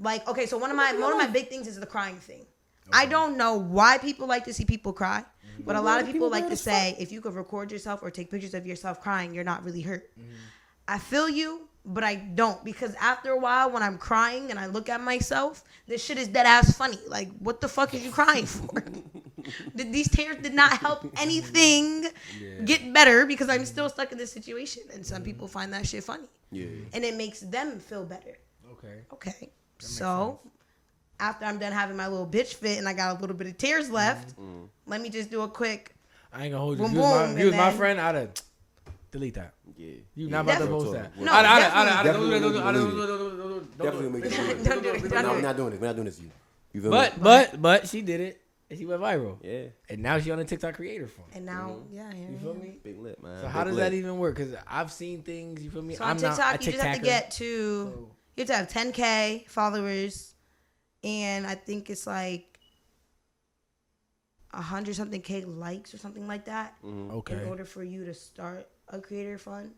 D: Like okay, so one of my one of my big things is the crying thing. I don't know why people like to see people cry, but a lot of people like to say if you could record yourself or take pictures of yourself crying, you're not really hurt. I feel you, but I don't because after a while, when I'm crying and I look at myself, this shit is dead ass funny. Like, what the fuck is you crying for? Did these tears did not help anything get better because I'm still stuck in this situation, and some people find that shit funny,
C: Yeah.
D: and it makes them feel better.
B: Okay.
D: Okay, so after I'm done having my little bitch fit and I got a little bit of tears left, let me just do a quick.
B: I ain't gonna hold you.
D: Boom,
B: If you was,
D: boom,
B: my, if you was
D: and
B: my
D: then-
B: friend, I'd have delete that.
C: Yeah.
B: You
C: yeah,
B: not about to
D: Definitely.
B: post that.
D: No,
B: I'd- I'd- I'd-
D: definitely.
B: I'd- I'd-
C: Definitely
B: I'd- I'd- I'd-
C: delete
B: I'd-
C: it.
B: I'd- I'd- I'd- I'd-
C: Definitely
B: I'd-
C: make
B: I'd-
C: it delete
B: I'd-
C: it.
D: Don't do it. Don't
C: No,
D: do
C: we're
D: it.
C: not doing this. We're not doing this to you. You feel
B: But
C: me?
B: but but she did it, and she went viral.
C: Yeah.
B: And now she on the TikTok creator form.
D: And now, yeah, here
B: You
D: we
B: feel
D: are.
B: me?
C: Big lip, man.
B: So how
C: Big
B: does
C: lip.
B: that even work? Because I've seen things. You feel me?
D: So on
B: I'm
D: TikTok,
B: not a
D: you just have to
B: TikToker. Oh.
D: get to
B: so-
D: you have to have 10k followers, and I think it's like a hundred something k likes or something like that in
B: Okay.
D: order for you to start a creator fund.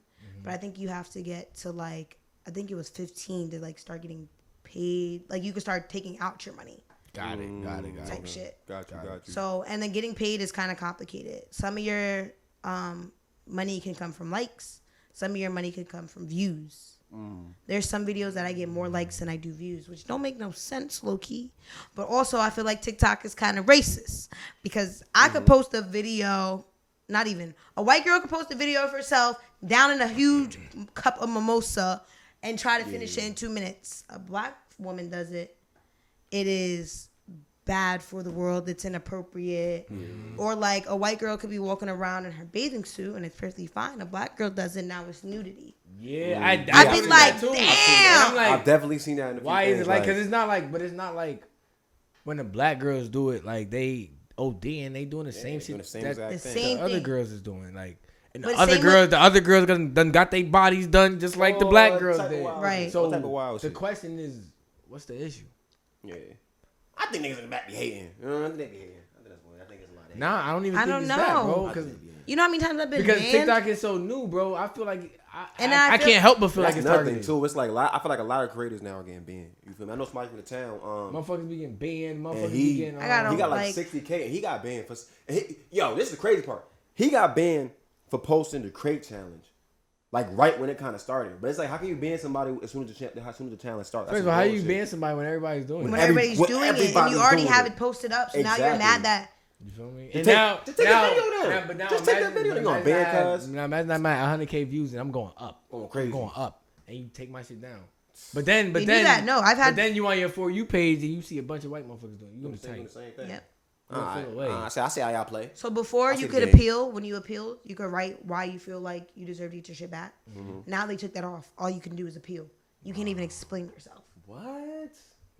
D: But I think you have to get to like I think it was 15 to like start getting paid. Like you could start taking out your money
B: Got it. Got it. Got
C: Mm.
D: type
B: it.
D: shit.
C: Got you. Got you.
D: So and then getting paid is kind of complicated. Some of your um, money can come from likes. Some of your money can come from views.
C: Mm.
D: There's some videos that I get more likes than I do views, which don't make no sense, low key. But also, I feel like TikTok is kind of racist because I could
C: Mm-hmm.
D: post a video, not even a white girl could post a video of herself down in a huge cup of mimosa and try to finish it in two minutes. A black woman does it. It is bad for the world. It's inappropriate. Or like a white girl could be walking around in her bathing suit and it's perfectly fine. A black girl does it now. It's nudity.
B: Yeah, I. I'd
D: I'd be like, damn.
B: I'm
C: I've
B: like,
C: Mm. definitely seen that. in a few
B: why is it
C: things,
B: like? Because it's not like, but it's not like when the black girls do it, like they OD and they doing the same
C: doing
B: shit
C: the same
B: that
C: exact
D: The
C: thing.
D: same
B: the other
D: thing.
B: girls is doing. Like, and
D: But
B: the other
D: same
B: girls,
D: with-
B: the other girls done, done got their bodies done just like the
C: Oh,
B: black
C: that
B: girls
C: type of
B: did.
C: wild
D: Right.
C: shit.
B: So
C: That type of wild
B: the
C: shit.
B: question is, what's the issue?
C: Yeah. I think niggas in the back be hating. You know, I think they be hating. I think that's what- I think it's a lot of hate.
B: Nah, I don't even.
D: I
B: think
D: don't
B: it's that,
D: know.
B: bro. 'cause-
C: I think they be hating.
D: You know how many times I've been
B: Because
D: banned?
B: TikTok is so new, bro. I feel like I
D: And
B: I,
D: I
B: I
D: feel-
B: can't help but feel like
C: That's
B: it's
C: another
B: targeted.
C: thing too. It's like a lot, I feel like a lot of creators now are getting banned. You feel me? I know somebody from the town. Um,
B: Motherfuckers be getting banned. Motherfuckers
C: and
B: be
C: he,
B: getting.
D: I got
B: um,
C: he got like
D: like-
C: sixty k, and he got banned for. s- and He, yo, this is the crazy part. He got banned for posting the crate challenge, like right when it kind of started. But it's like, how can you ban somebody as soon as the cha- as soon as the challenge starts?
B: First of all, how you ban somebody when everybody's doing
D: when
B: it?
C: every-
D: everybody's
C: when
D: doing it and
C: everybody's
D: you already
C: doing
D: have
C: it.
D: it posted up, so now you're mad
C: Exactly.
D: that
B: You feel me?
C: Just
B: And
C: take-
B: now,
C: just take the
B: now,
C: video then.
B: Now, but now
C: Just take the
B: imagine-
C: video. You gonna
B: imagine
C: ban
B: I-
C: cuz?
B: Now imagine I'm at 100k views and I'm going up.
C: Going crazy.
B: I'm going up, and you take my shit down. But then, but
D: They do
B: then,
D: that. No, I've
B: But
D: had-
B: then you on your for you page and you see a bunch of white motherfuckers doing. it. You gonna be tight?
D: Yep.
B: Don't feel away.
C: I see. I see how y'all play.
D: So before
C: I
D: you
C: see the
D: could
C: game.
D: appeal, when you appealed, you could write why you feel like you deserve to get your shit back.
B: Mm-hmm.
D: Now they took that off. All you can do is appeal. You can't even explain yourself.
C: What?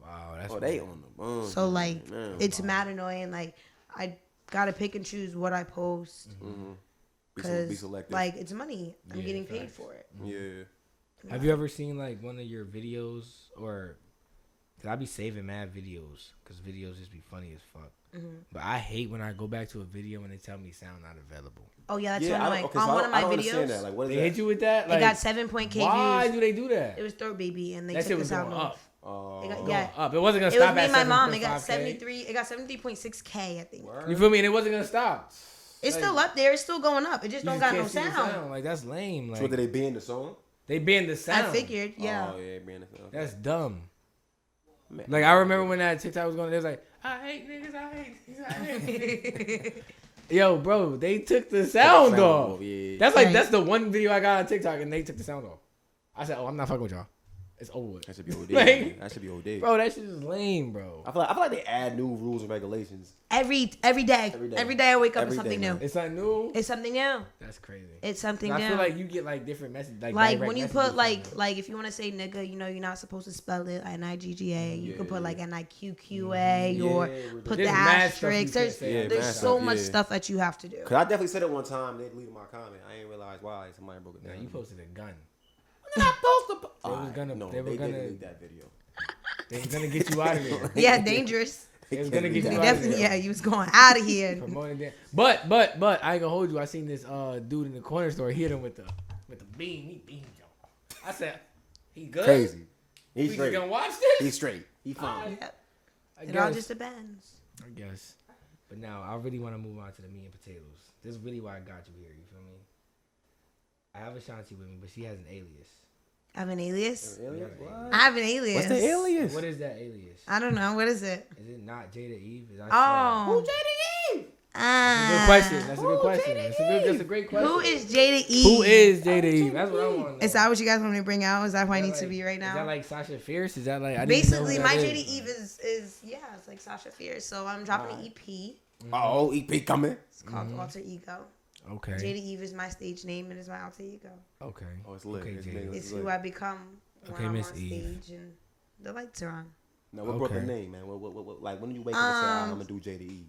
B: Wow, that's
C: Oh, they on the bum.
D: So
B: Mm-hmm.
D: like
C: man.
D: it's mad annoying. Like I gotta pick and choose what I post
C: Be se-
D: because
C: be selective.
D: like it's money. I'm
B: Yeah,
D: getting paid
B: facts.
D: for it.
C: yeah.
B: Have you ever seen like one of your videos or? Cause I be saving mad videos, cause videos just be funny as fuck.
D: Mm-hmm.
B: But I hate when I go back to a video and they tell me sound not available.
D: Oh yeah, that's
C: yeah,
D: one
C: I
D: of
C: don't-
D: my
C: okay,
D: on
C: so I
D: one
C: don't- I
D: of my
C: don't understand that.
D: videos.
C: Like, what is
B: They
C: that?
B: hit you with that.
D: They
B: Like,
D: got seven point K
B: Why
D: views.
B: do they do that?
D: It was Throat Baby, and they
B: That shit
D: took the
B: was
D: sound
B: going
D: off.
B: up.
C: Oh,
D: It got,
B: Going
D: yeah,
B: up. It wasn't gonna
D: it
B: stop
D: was me
B: at
D: and my mom. It
B: 7.5K.
D: got seventy three. It got seventy point six K, I think.
C: word.
B: You feel me? And it wasn't gonna stop.
D: It's still up there. It's still going up. It just
B: You
D: don't
B: just
D: got no
B: can't see
D: sound.
B: the Like that's lame.
C: So
B: Like
C: did they ban the song?
B: they banned the sound.
D: I figured, yeah.
C: Oh yeah, ban the song.
B: That's dumb.
C: Man.
B: Like I remember when that TikTok was going, they was like, "I hate niggas, I hate niggas, I hate." niggas." Yo, bro, they took the sound,
C: sound
B: off.
C: off, yeah.
B: That's like
D: Right.
B: that's the one video I got on TikTok, and they took the sound off. I said, "Oh, I'm not fucking with y'all. It's over." with."
C: That should be old
B: Like-
C: day. man. that should be old day.
B: Bro, that shit is lame, bro.
C: I feel like I feel like they add new rules and regulations.
D: Every every day,
C: Every
D: every
C: day.
D: day, I wake up
C: Every
D: it's
C: day,
D: something
C: man.
D: new.
B: It's not new.
D: It's something new.
B: That's crazy.
D: It's something
B: I
D: new.
B: feel like you get like different messages, like,
D: like
B: direct
D: when you
B: messages
D: put
B: from
D: like
B: them.
D: like if you want to say nigga, you know you're not supposed to spell it N I G G A. You can
C: Yeah.
D: put like N I Q Q A
B: Mm-hmm.
D: or
C: ridiculous.
B: There's
D: put the
B: mad stuff you
D: asterisk.
B: can't
D: There's
B: say.
C: Yeah, mad
D: there's so
C: stuff,
D: much
C: yeah.
D: stuff that you have to do.
C: Cause I definitely said it one time. They deleted my comment. I didn't realize why somebody broke it
B: Nah,
C: down.
B: you posted a gun.
C: When did I post a?
B: They was gonna-
C: no,
B: they were
C: they
B: gonna-
C: did delete that video.
B: They was gonna get you out of there.
D: Yeah, dangerous.
B: They was gonna get
D: He
B: you out of
D: definitely, yeah,
B: there.
D: you was going out of here.
B: Promoting that. But but but I ain't gonna hold you. I seen this uh dude in the corner store hit him with the with the beam. He beamed him. I said, he good.
C: Crazy. He's
B: We just
C: straight.
B: gonna watch this.
C: He's straight. He fine.
D: Yep.
B: I
D: It all
B: guess.
D: just depends.
B: I guess. But now I really want to move on to the meat and potatoes. This is really why I got you here. You feel me? I have Ashanti with me, but she has an alias.
D: I have an alias.
C: Alias?
B: Yeah.
C: What?
D: I have an alias.
C: What's the alias?
B: What is that alias?
D: I don't know. What is it?
B: Is it not Jada Eve? Is that
D: Oh.
C: Who Jada Eve?
D: Ah.
B: Good question. That's a good
C: Who
B: question.
C: Jada
B: That's a good. That's a great question.
D: Who is Jada E?
B: Who is Jada Eve? That's what I want. to
D: Is that what you guys want me to bring out? Is that who I
B: Is
D: need
B: that
D: to
B: like-
D: be right
B: Is that
D: now?
B: like Sasha Fierce? Is that like I didn't even know
D: Basically,
B: who
D: my
B: that
D: Jada
B: is.
D: Eve is is yeah, it's like Sasha Fierce. So I'm dropping an EP.
C: Oh, EP coming.
D: It's called
B: Mm-hmm.
D: Alter Ego.
B: Okay.
D: Jada Eve is my stage name and it's my alter ego.
B: Okay.
C: Oh, it's lit.
B: Okay,
C: It's
B: Jada.
C: lit.
D: It's
C: lit.
D: who I become when
B: Okay,
D: I'm
B: Miss
D: on
B: Eve.
D: stage and the lights are on.
C: No, what broke her
B: Okay.
C: name, man? What, what, what, what, like, when you wake up and say, "Ah, I'm
D: Um,
C: going to do Jada Eve?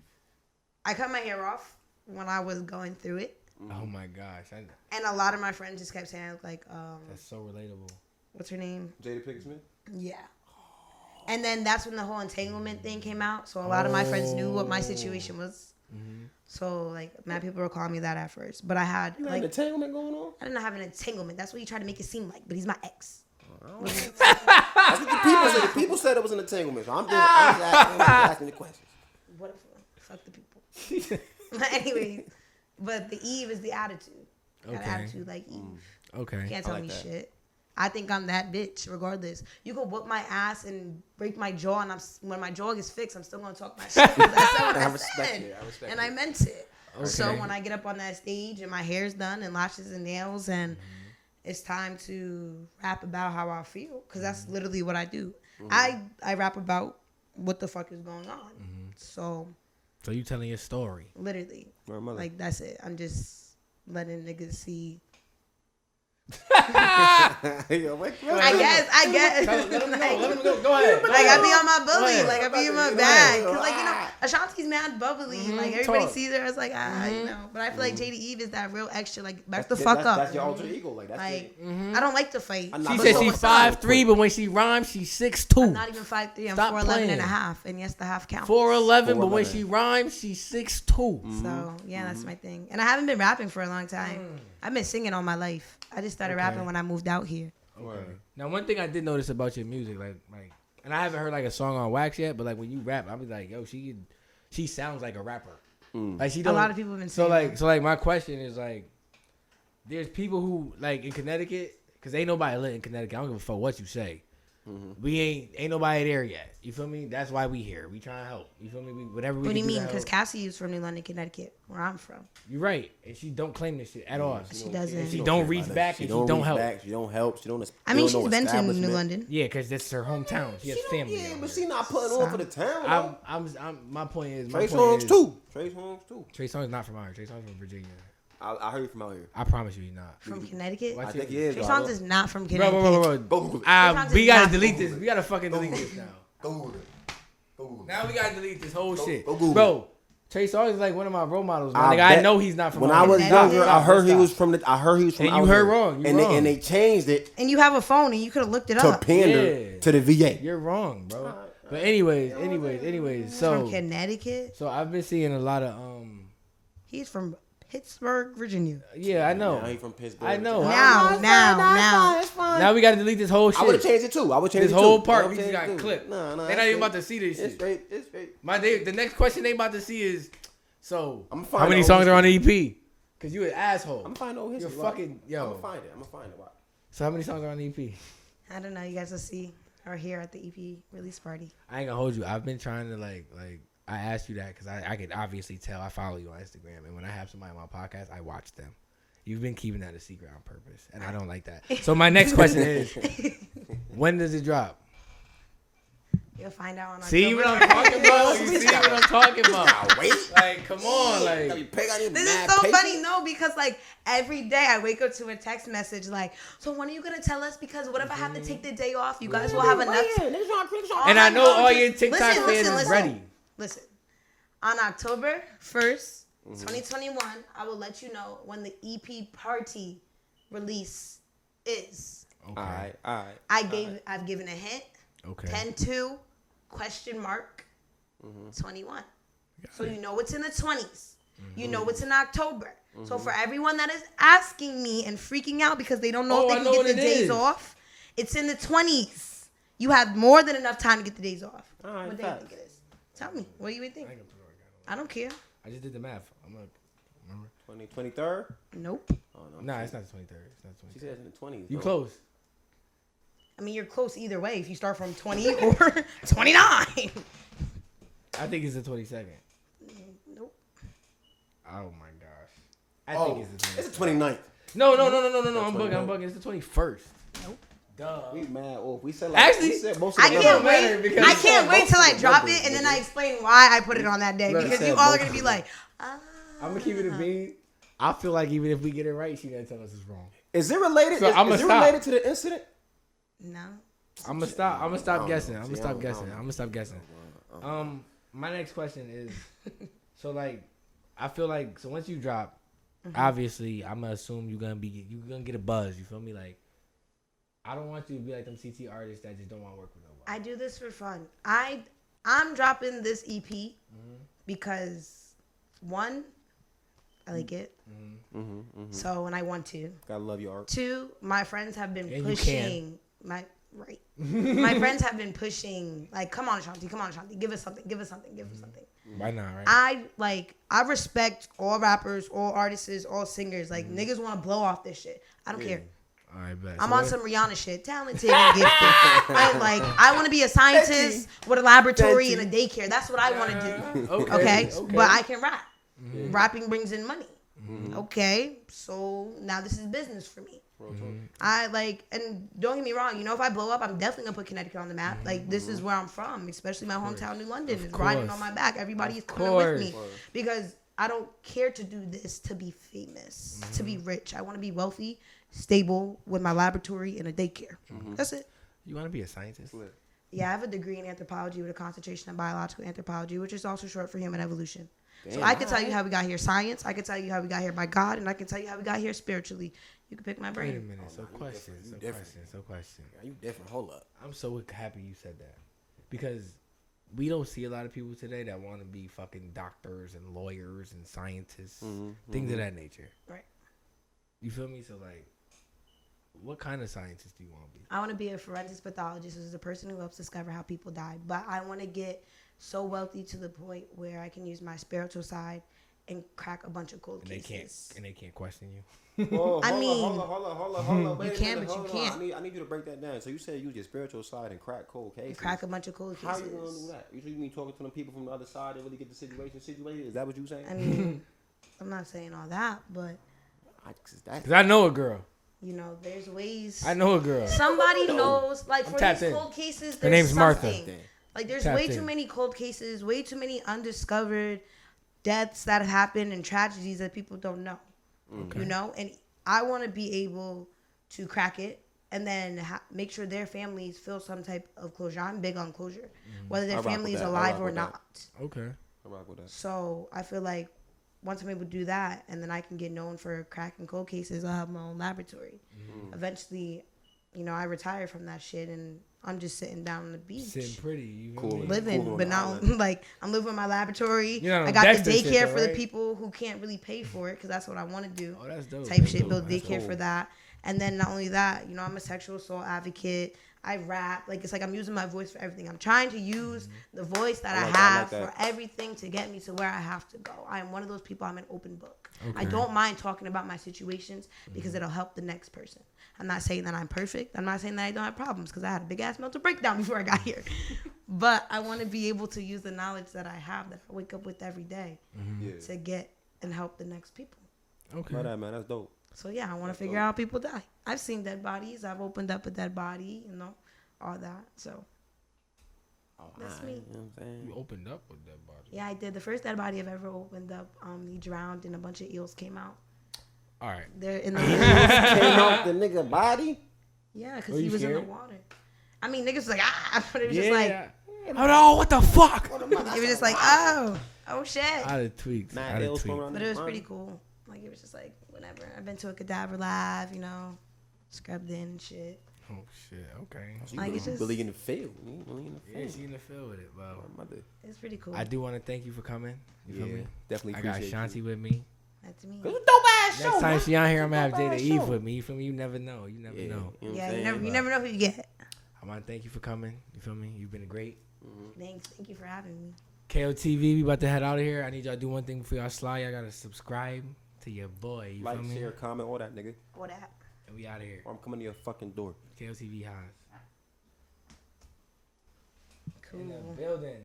D: I cut my hair off when I was going through it,
B: Oh my gosh, I,
D: and a lot of my friends just kept saying I look like um,
B: that's so relatable.
D: what's her name?
C: Jada Pinkett Smith?
D: Yeah. And then that's when the whole entanglement thing came out. So a lot of my friends knew what my situation was.
B: Mm-hmm.
D: So like mad people were calling me that at first, but I had
C: You had an
D: like
C: entanglement going on?
D: I didn't have an entanglement. That's what you try to make it seem like, but he's my ex.
C: That's what the people said. The people said it was an entanglement. So I'm just, I'm just asking, I'm just asking the questions.
D: What if fuck the people? Anyways, but the Eve is the attitude. Got
B: Okay.
D: an attitude like Eve.
B: Okay.
D: Can't tell
C: like
D: me
C: that.
D: shit. I think I'm that bitch, regardless. You can whoop my ass and break my jaw, and I'm s- when my jaw gets fixed, I'm still gonna talk my shit. 'cause That's what I,
C: I respect
D: said,
C: it. I respect
D: and I meant it. So
B: Okay.
D: when I get up on that stage and my hair's done and lashes and nails and
C: Mm-hmm.
D: it's time to rap about how I feel, cause that's
C: Mm-hmm.
D: literally what I do. I I rap about what the fuck is going on.
C: Mm-hmm.
D: So
B: So you telling your story?
D: literally,
C: Word mother.
D: like that's it. I'm just letting niggas see.
C: Yo, wait, wait,
D: I
C: wait.
D: guess. I guess. Like- Like I be on my bully,
B: ahead.
D: like I be in my bag, cause like you know Ashanti's mad bubbly,
B: Mm-hmm.
D: like everybody
B: Talk.
D: sees her as like ah,
B: Mm-hmm.
D: you know. But I feel like Jada Eve is that real extra, like back the
C: That's-
D: fuck
C: that's,
D: up.
C: That's your alter ego. Like, that's
D: like
C: it.
B: Mm-hmm.
D: I don't like to fight.
C: I'm
B: She
C: not-
B: said
D: So
B: she
D: what's
B: five
D: up?
B: three, but when she rhymes, she's six two.
D: Not even five three. I'm
B: Stop
D: four eleven
B: playing.
D: and a half, and yes, the half counts.
B: Four eleven, but when
C: 4'11.
B: she rhymes, she's six two.
C: Mm.
D: So yeah,
B: Mm-hmm.
D: that's my thing. And I haven't been rapping for a long time. I've been singing all my life. I just started rapping
B: Mm. Okay.
D: when I moved out here.
C: Word.
B: Now, one thing I did notice about your music, like, like, and I haven't heard like a song on wax yet, but like when you rap, I'll be like, yo, she, she sounds like a rapper. Like she,
D: A
B: don't,
D: lot of people have been
B: So
D: saying
B: like,
D: that.
B: so like, my question is like, there's people who like in Connecticut, cause ain't nobody lit in Connecticut. I don't give a fuck what you say. We ain't ain't nobody there yet. You feel me? That's why we here. We trying to help. You feel me? We, whatever we.
D: What do you
B: can
D: mean?
B: to
D: Because
B: help.
D: Cassie is from New London, Connecticut, where I'm from.
B: you're right, and she don't claim this shit at all.
D: She doesn't.
B: She don't reach back and she don't
C: reach
B: help.
C: Back, she don't help. She don't.
D: I mean,
C: she
D: she's
C: don't
D: been to New
C: establishment.
D: London.
B: Yeah, cause that's her hometown. She has
C: She don't,
B: family.
C: yeah,
B: down
C: but
B: there.
C: she not putting on for the town.
B: I'm,
C: though.
B: I'm, I'm, my point is, my
C: Trey
B: point
C: Songz
B: is,
C: too. Trey Songz too.
B: Trey Songz not from Ireland. Trey Songz from Virginia.
C: I, I heard you from out here.
B: I promise you, he's not.
D: From Connecticut.
B: Why
C: I
B: Watch
C: think
B: it.
C: he is.
D: Trey
C: though.
D: Songz is not from
B: Bro,
D: Connecticut.
B: bro, bro, bro.
C: Go Google it.
B: Uh,
D: Songz
B: we
D: is
B: gotta
D: not
B: delete
D: cool.
B: this. We gotta fucking delete this now.
C: Go Google it. Go Google it.
B: Now we gotta delete this whole shit,
C: go Google
B: bro. Trey Songz is like one of my role models. Man.
C: I
B: Like, I
C: bet-
B: know he's not from.
C: When I
B: Ireland.
C: was
B: Stop,
C: younger,
B: stop,
C: I heard he
B: stop.
C: was from the. I heard he was from.
B: And you
C: out
B: heard
C: here.
B: wrong, you
C: and
B: wrong.
C: They, and they changed it
D: And you have a phone and you could have looked it
C: to
D: up.
C: pander
B: Yeah.
C: to the VA.
B: You're wrong, bro. But anyways, anyways, anyways.
D: From
B: So,
D: Connecticut.
B: so I've been seeing a lot of um.
D: He's from Pittsburgh, Virginia.
B: Yeah, I
C: Now he
B: know.
C: from Pittsburgh.
B: I know.
D: Now, now, now.
B: Now we gotta delete this whole shit.
C: I would have changed it too. I would change
B: This
C: it
B: whole
C: too.
B: part
C: I
B: we
C: would've
B: just
C: changed it
B: got
C: too.
B: clipped.
C: Nah, nah.
B: They not even about to see this
C: It's
B: shit.
C: straight. It's straight.
B: My they, the next question they about to see is so
C: I'ma find
B: how many
C: out
B: songs
C: who's-
B: are on E the EP? Cause you an asshole.
C: I'm find old
B: You're
C: history.
B: fucking
C: I'm gonna
B: yo.
C: find it. I'm gonna find it. Why?
B: So how many songs are on E the EP?
D: I don't know. You guys will see or hear at the EP release party.
B: I ain't gonna hold you. I've been trying to like like I asked you that because I I could obviously tell I follow you on Instagram and when I have somebody on my podcast I watch them. You've been keeping that a secret on purpose and I don't like that. So my next question is, when does it drop?
D: You'll find out on
B: See what
D: October.
B: I'm talking about? You see what I'm talking about?
C: Wait.
B: Like come on,
C: Now you
B: like
C: pick out your
D: This
C: mad
D: is so
C: patient.
D: funny, no, because like every day I wake up to a text message like, so when are you gonna tell us? Because what if I have to take the day off? You guys will have enough. Oh
B: and I
D: my
B: know
D: God,
B: all
D: just-
B: your TikTok
D: listen,
B: fans
D: listen,
B: is
D: listen.
B: ready.
D: Listen, on October 1st, 2021, I will let you know when the EP party release is.
B: Okay.
C: All right, all right.
D: I gave I've given a hint.
B: Okay.
D: 10 2, question mark,
B: Mm-hmm.
D: 21. So you know what's in the 20s.
B: Mm-hmm.
D: You know what's in October. So for everyone that is asking me and freaking out because they don't know
B: Oh,
D: if
B: I
D: they can
B: know
D: get
B: what
D: the
B: it
D: days
B: is.
D: off, it's in the 20s. You have more than enough time to get the days off.
C: All right,
D: what do you think
C: facts.
D: it is? Tell me. What do you think?
B: I can put it on.
D: I don't care.
B: I just did the math. I'm like, remember?
C: 20, 23rd?
D: Nope.
C: Oh, no.
B: Nah, it's not the 23rd. It's not
C: She
B: the 23rd.
C: said it's in the 20s.
B: You
C: though.
B: close.
D: I mean, you're close either way if you start from 20 or 29.
B: I think it's the 22nd.
D: nope.
B: Oh my gosh. Oh. I
C: Oh,
B: think it's the 22nd.
C: it's the 29th.
B: No, no, no, no, no, no, no.
C: That's
B: I'm bugging. I'm
C: 29th.
B: bugging. It's the 21st.
D: Nope.
B: Duh.
C: We mad off. We said like,
B: Actually,
C: we said most of
D: I
C: the
D: can't
B: don't
C: numbers.
B: matter
D: wait.
B: because
D: I
B: you
D: can't
C: said
D: wait
C: most
D: till
C: of
D: I
C: the
D: drop
C: numbers,
D: it and then
C: nigga.
D: I explain why I put it on that day
B: Look,
D: because
B: I
D: you
B: said
D: all are
B: most
D: gonna be
B: of
D: like, ah.
B: I'm gonna keep it a bean. I feel like even if we get it right, she gonna tell us it's wrong.
C: Is it related?
B: So
C: is
B: I'ma
C: is it
B: stop.
C: related to the incident?
D: No.
B: I'm gonna stop. I'm gonna stop
C: don't
B: guessing.
C: know.
B: I'm
C: See,
B: gonna stop
C: I don't- I don't
B: guessing.
C: know.
B: I'm gonna stop guessing. Um, my next question is, so like, I feel like so once you drop,
D: Mm-hmm.
B: obviously I'm gonna assume you're gonna be you're gonna get a buzz. You feel me? Like, I don't want you to be like them CT artists that just don't want to work with nobody.
D: I do this for fun. I I'm dropping this EP because one, I like it. So and I want to.
C: Gotta love your art.
D: Two, my friends have been
B: And you can.
D: pushing my right. my friends have been pushing like, come on, Shanti, come on, Shanti, give us something, give us something,
B: Mm-hmm.
D: give us something.
B: Why not? Right?
D: I like I respect all rappers, all artists, all singers. Like
B: Mm-hmm.
D: niggas want to blow off this shit. I don't care.
B: All right, bet.
D: I'm
B: So
D: on
B: what-
D: some Rihanna shit. Talented and gifted. I like I want to be a scientist with a laboratory and a daycare. That's what I want to do.
B: Okay.
D: Okay?
B: okay. Mm-hmm.
D: But I can rap. Rapping brings in money. Okay? So now this is business for me.
B: Mm-hmm.
D: I like, and don't get me wrong. You know, if I blow up, I'm definitely gonna put Connecticut on the map. Like, this
B: Mm-hmm.
D: is where I'm from, especially my hometown, New London, is riding
B: course.
D: on my back. Everybody is coming
B: course.
D: with me because I don't care to do this to be famous, to
B: Mm-hmm.
D: be rich. I want to be wealthy, stable, with my laboratory and a daycare.
B: Mm-hmm.
D: That's it.
B: you want to be a scientist?
D: Yeah, I have a degree in anthropology with a concentration in biological anthropology, which is also short for human evolution. so I can tell you how we got here science, I can tell you how we got here by God, and I can tell you how we got here spiritually. You can pick my
B: Wait a
D: brain.
B: minute. So question. So question. So question.
C: You different. Hold up.
B: I'm so happy you said that because we don't see a lot of people today that want to be fucking doctors and lawyers and scientists, things of that nature.
D: Right.
B: You feel me? So like, what kind of scientist do you want to be?
D: I want to be a forensic pathologist, which is the person who helps discover how people died. But I want to get so wealthy to the point where I can use my spiritual side and crack a bunch of cold
B: And they
D: cases.
B: can't and they can't question you.
C: Whoa,
D: I
C: Oh, hold
D: mean,
C: on, hold on, hold on, hold on, hold on. Wait a
D: can,
C: minute,
D: but you
C: hold on.
D: can't.
C: I need, I need you to break that down. So you said you use your spiritual side and crack cold cases.
D: Crack a bunch of cold
C: How
D: cases.
C: you gonna do that? You think you mean talking to the people from the other side and really get the situation situated? Is that what you saying?
D: I mean, I'm not saying all that, but
C: I, 'cause that,
B: Cause I know a girl.
D: you know, there's ways.
B: I know a girl.
D: Somebody knows, like for
B: tapped
D: these
B: in.
D: cold cases, there's
B: name's Martha.
D: something. Like there's
B: Tapped
D: way too
B: in.
D: many cold cases, way too many undiscovered deaths that have happened and tragedies that people don't know. You know, and I want to be able to crack it and then ha- make sure their families feel some type of closure. I'm big on closure,
C: Mm-hmm. I
D: whether their
C: rock with
D: family is
C: that. I
D: alive
C: rock
D: or
C: with that.
D: not.
B: Okay.
C: I rock with that.
D: So I feel like once I'm able to do that, and then I can get known for cracking cold cases, I'll have my own laboratory. Eventually, you know, I retire from that shit, and I'm just sitting down on the beach
B: Sitting pretty. You
C: Cool.
B: cool. Me?
D: living,
C: Cool on
D: but
C: the
D: now
C: island.
D: like I'm living in my laboratory.
B: You're not
D: I
B: on
D: got
B: Dexter
D: the
B: shit,
D: daycare
B: though,
D: for the
B: right?
D: people who can't really pay for it because that's what I want to do.
B: Oh, that's dope.
D: Type
B: That's
D: shit,
B: dope.
D: build
B: That's
D: daycare
C: dope.
D: for that, and then not only that, you know, I'm a sexual assault advocate. I rap, like it's like I'm using my voice for everything. I'm trying to use
B: Mm-hmm.
D: the voice that I,
C: like that, I
D: have
C: like that.
D: for everything to get me to where I have to go. I am one of those people. I'm an open book. I
B: Okay.
D: don't mind talking about my situations because it'll help the next person. I'm not saying that I'm perfect. I'm not saying that I don't have problems because I had a big ass mental breakdown before I got here. but I want to be able to use the knowledge that I have that I wake up with every day
C: Yeah.
D: to get and help the next people.
B: Okay.
C: Love that, man. That's dope.
D: So yeah, I want to figure out how people die. I've seen dead bodies. I've opened up a dead body. You know, all that. So
C: Oh,
D: That's
C: hi,
D: me.
C: You know what I'm saying?
B: You opened up with that body.
D: yeah, I did the first dead body I've ever opened up. Um, he drowned and a bunch of eels came out.
B: All right.
D: They're in the
C: Came off the nigga body.
D: yeah, because
B: Were
D: he
B: you
D: was in
B: scared?
D: the water. I mean, niggas was like ah, but it was
B: Yeah.
D: just like
B: oh no! What the fuck?
D: it was just like oh oh shit.
B: I'd have tweaked.
C: Nah,
B: I'd
C: they
B: have
C: was
B: tweaked.
C: going around
D: But
C: the
D: it was
C: body.
D: pretty cool. Like it was just like whatever. I've been to a cadaver live, you know, scrubbed in and shit.
B: Oh shit. Okay.
C: You
D: Like,
C: really,
D: it's just-
C: really in the field. You really in the
B: Yeah,
C: field.
B: she in the field with it, bro.
C: My mother.
D: It's pretty cool.
B: I do want to thank you for coming. You feel
C: Yeah,
B: me?
C: definitely
B: I got
C: appreciate
B: Shanti
C: you.
B: with me.
D: That's me.
C: Cause you dope ass show.
B: Next time
C: man.
B: she out here, I'm
C: It's a
B: gonna have
C: dope-ass
B: Jada Eve
C: show.
B: with me. You feel me? You never know. You never
C: Yeah,
B: know.
C: You know what
D: yeah,
C: I'm
D: you
C: saying?
D: never, you never know who you get.
B: I want to thank you for coming. You feel me? You've been great.
D: Thanks. Thank you for having me.
B: KOTV, we about to head out of here. I need y'all to do one thing before y'all slide. Y'all gotta subscribe to your boy. You
C: Like,
B: feel me?
C: share, comment, all that, nigga.
D: What up?
B: And we out of here.
C: Or I'm coming to your fucking door.
B: KOTV highs.
D: Cool.
B: building.